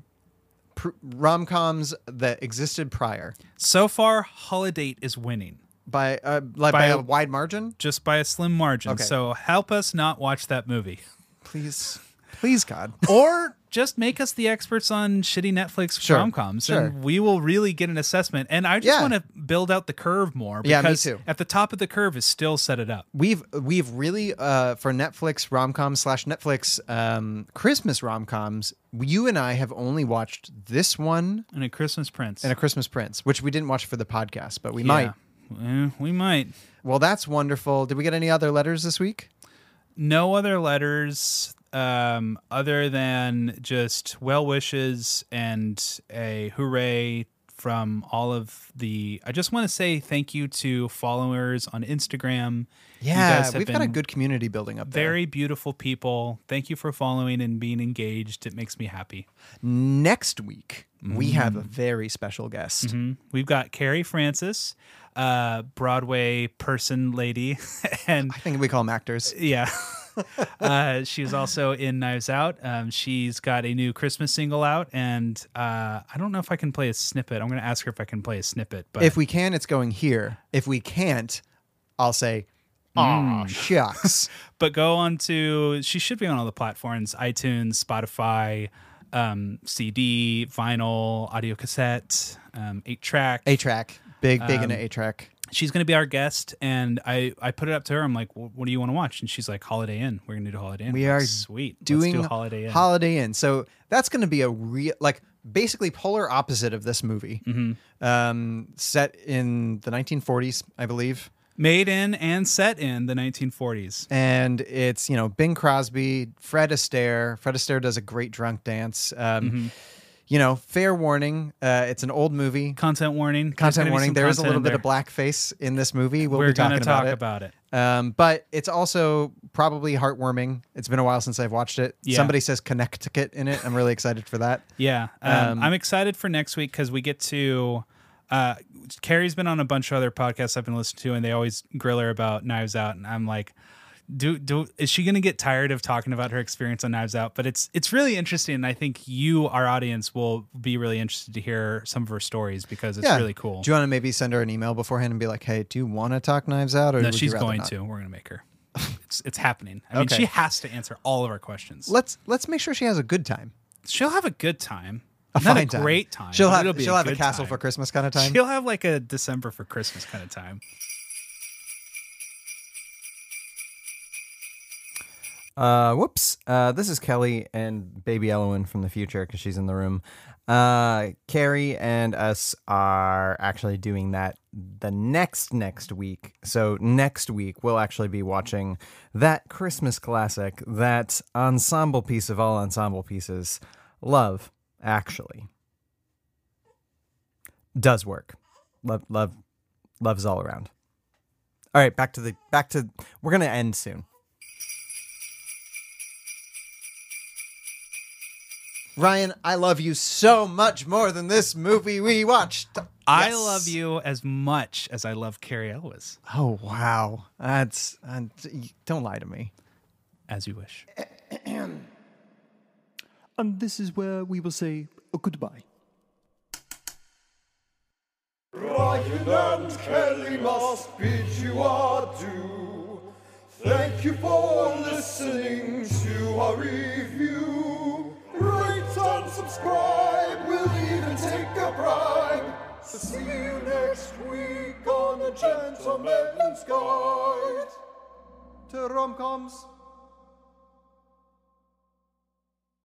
pr- rom coms that existed prior. so far, Holiday is winning. by uh, like by, a wide margin. just by a slim margin. Okay. So help us not watch that movie. Please, please, God. Or just make us the experts on shitty Netflix Sure, rom coms, sure. and we will really get an assessment. And I just Yeah. want to build out the curve more Yeah, because me too. at the top of the curve is still set it up. We've we've really uh, for Netflix rom com slash Netflix um, Christmas rom coms. You and I have only watched this one and a Christmas Prince and a Christmas Prince, which we didn't watch for the podcast, but we Yeah. might. Eh, we might. Well, that's wonderful. Did we get any other letters this week? No other letters um, other than just well wishes and a hooray from all of the. I just want to say thank you to followers on Instagram. You Yeah, guys have we've got a been good community building up there. Very beautiful people. Thank you for following and being engaged. It makes me happy. Next week we have a Mm. very special guest. Mhm. We've got Carrie Francis, uh, Broadway person lady, and I think we call them actors. Yeah. uh, she was also in Knives Out. Um, she's got a new Christmas single out, and uh, I don't know if I can play a snippet. I'm going to ask her if I can play a snippet. But If we can, it's going here. If we can't, I'll say, "Aw, Mm. shucks." but go on to she should be on all the platforms itunes spotify um, cd vinyl audio cassette um, 8 track 8 track Big, big Um, into A track. she's going to be our guest and i i put it up to her i'm like "Wh- what do you want to watch and she's like holiday inn we're going to do holiday inn We I'm like, are sweet doing Let's do holiday inn Holiday Inn. So that's going to be a real, like, basically polar opposite of this movie. Mm-hmm. Um, set in the 1940s, I believe. made in and set in the 1940s And it's, you know, Bing Crosby, Fred Astaire. Fred Astaire does a great drunk dance. Um, Mhm. You know, fair warning. Uh, it's an old movie. Content warning. There's gonna Content be warning. some There is a content little bit in of blackface in this movie. We'll We're be talking gonna talk about about it. it. Um, but it's also probably heartwarming. It's been a while since I've watched it. Yeah. Somebody says Connecticut in it. I'm really excited for that. Yeah, um, Um, I'm excited for next week because we get to. Uh, Carrie's been on a bunch of other podcasts I've been listening to, and they always grill her about Knives Out, and I'm like, do do is she gonna get tired of talking about her experience on Knives Out? But it's it's really interesting, and I think you, our audience, will be really interested to hear some of her stories because it's really cool. Do you want to maybe send her an email beforehand and be like, "Hey, do you want to talk Knives Out?" Or no, would you she's rather going not? to. We're gonna make her. It's it's happening. I mean, Okay. she has to answer all of our questions. Let's let's make sure she has a good time. She'll have a good time. A Not a fine time. great time. She'll but have- it'll be she'll have a good castle time. for Christmas kinda time. She'll have like a December for Christmas kind of time. Uh, whoops. Uh, this is Kelly and Baby Ellen from the future because she's in the room. Uh, Carrie and us are actually doing that the next next week. So next week we'll actually be watching that Christmas classic, that ensemble piece of all ensemble pieces, Love. Actually, does work. Love, love, love's all around. All right, back to the back to. We're gonna end soon. Ryan, I love you so much more than this movie we watched. I Yes. love you as much as I love Carrie Elwes. Oh wow, that's uh, don't lie to me. As you wish. And this is where we will say goodbye. Ryan and Kelly must bid you adieu. Thank you for listening to our review. Rate and subscribe, we'll even take a bribe. See you next week on The Gentleman's Guide to Rom-Coms.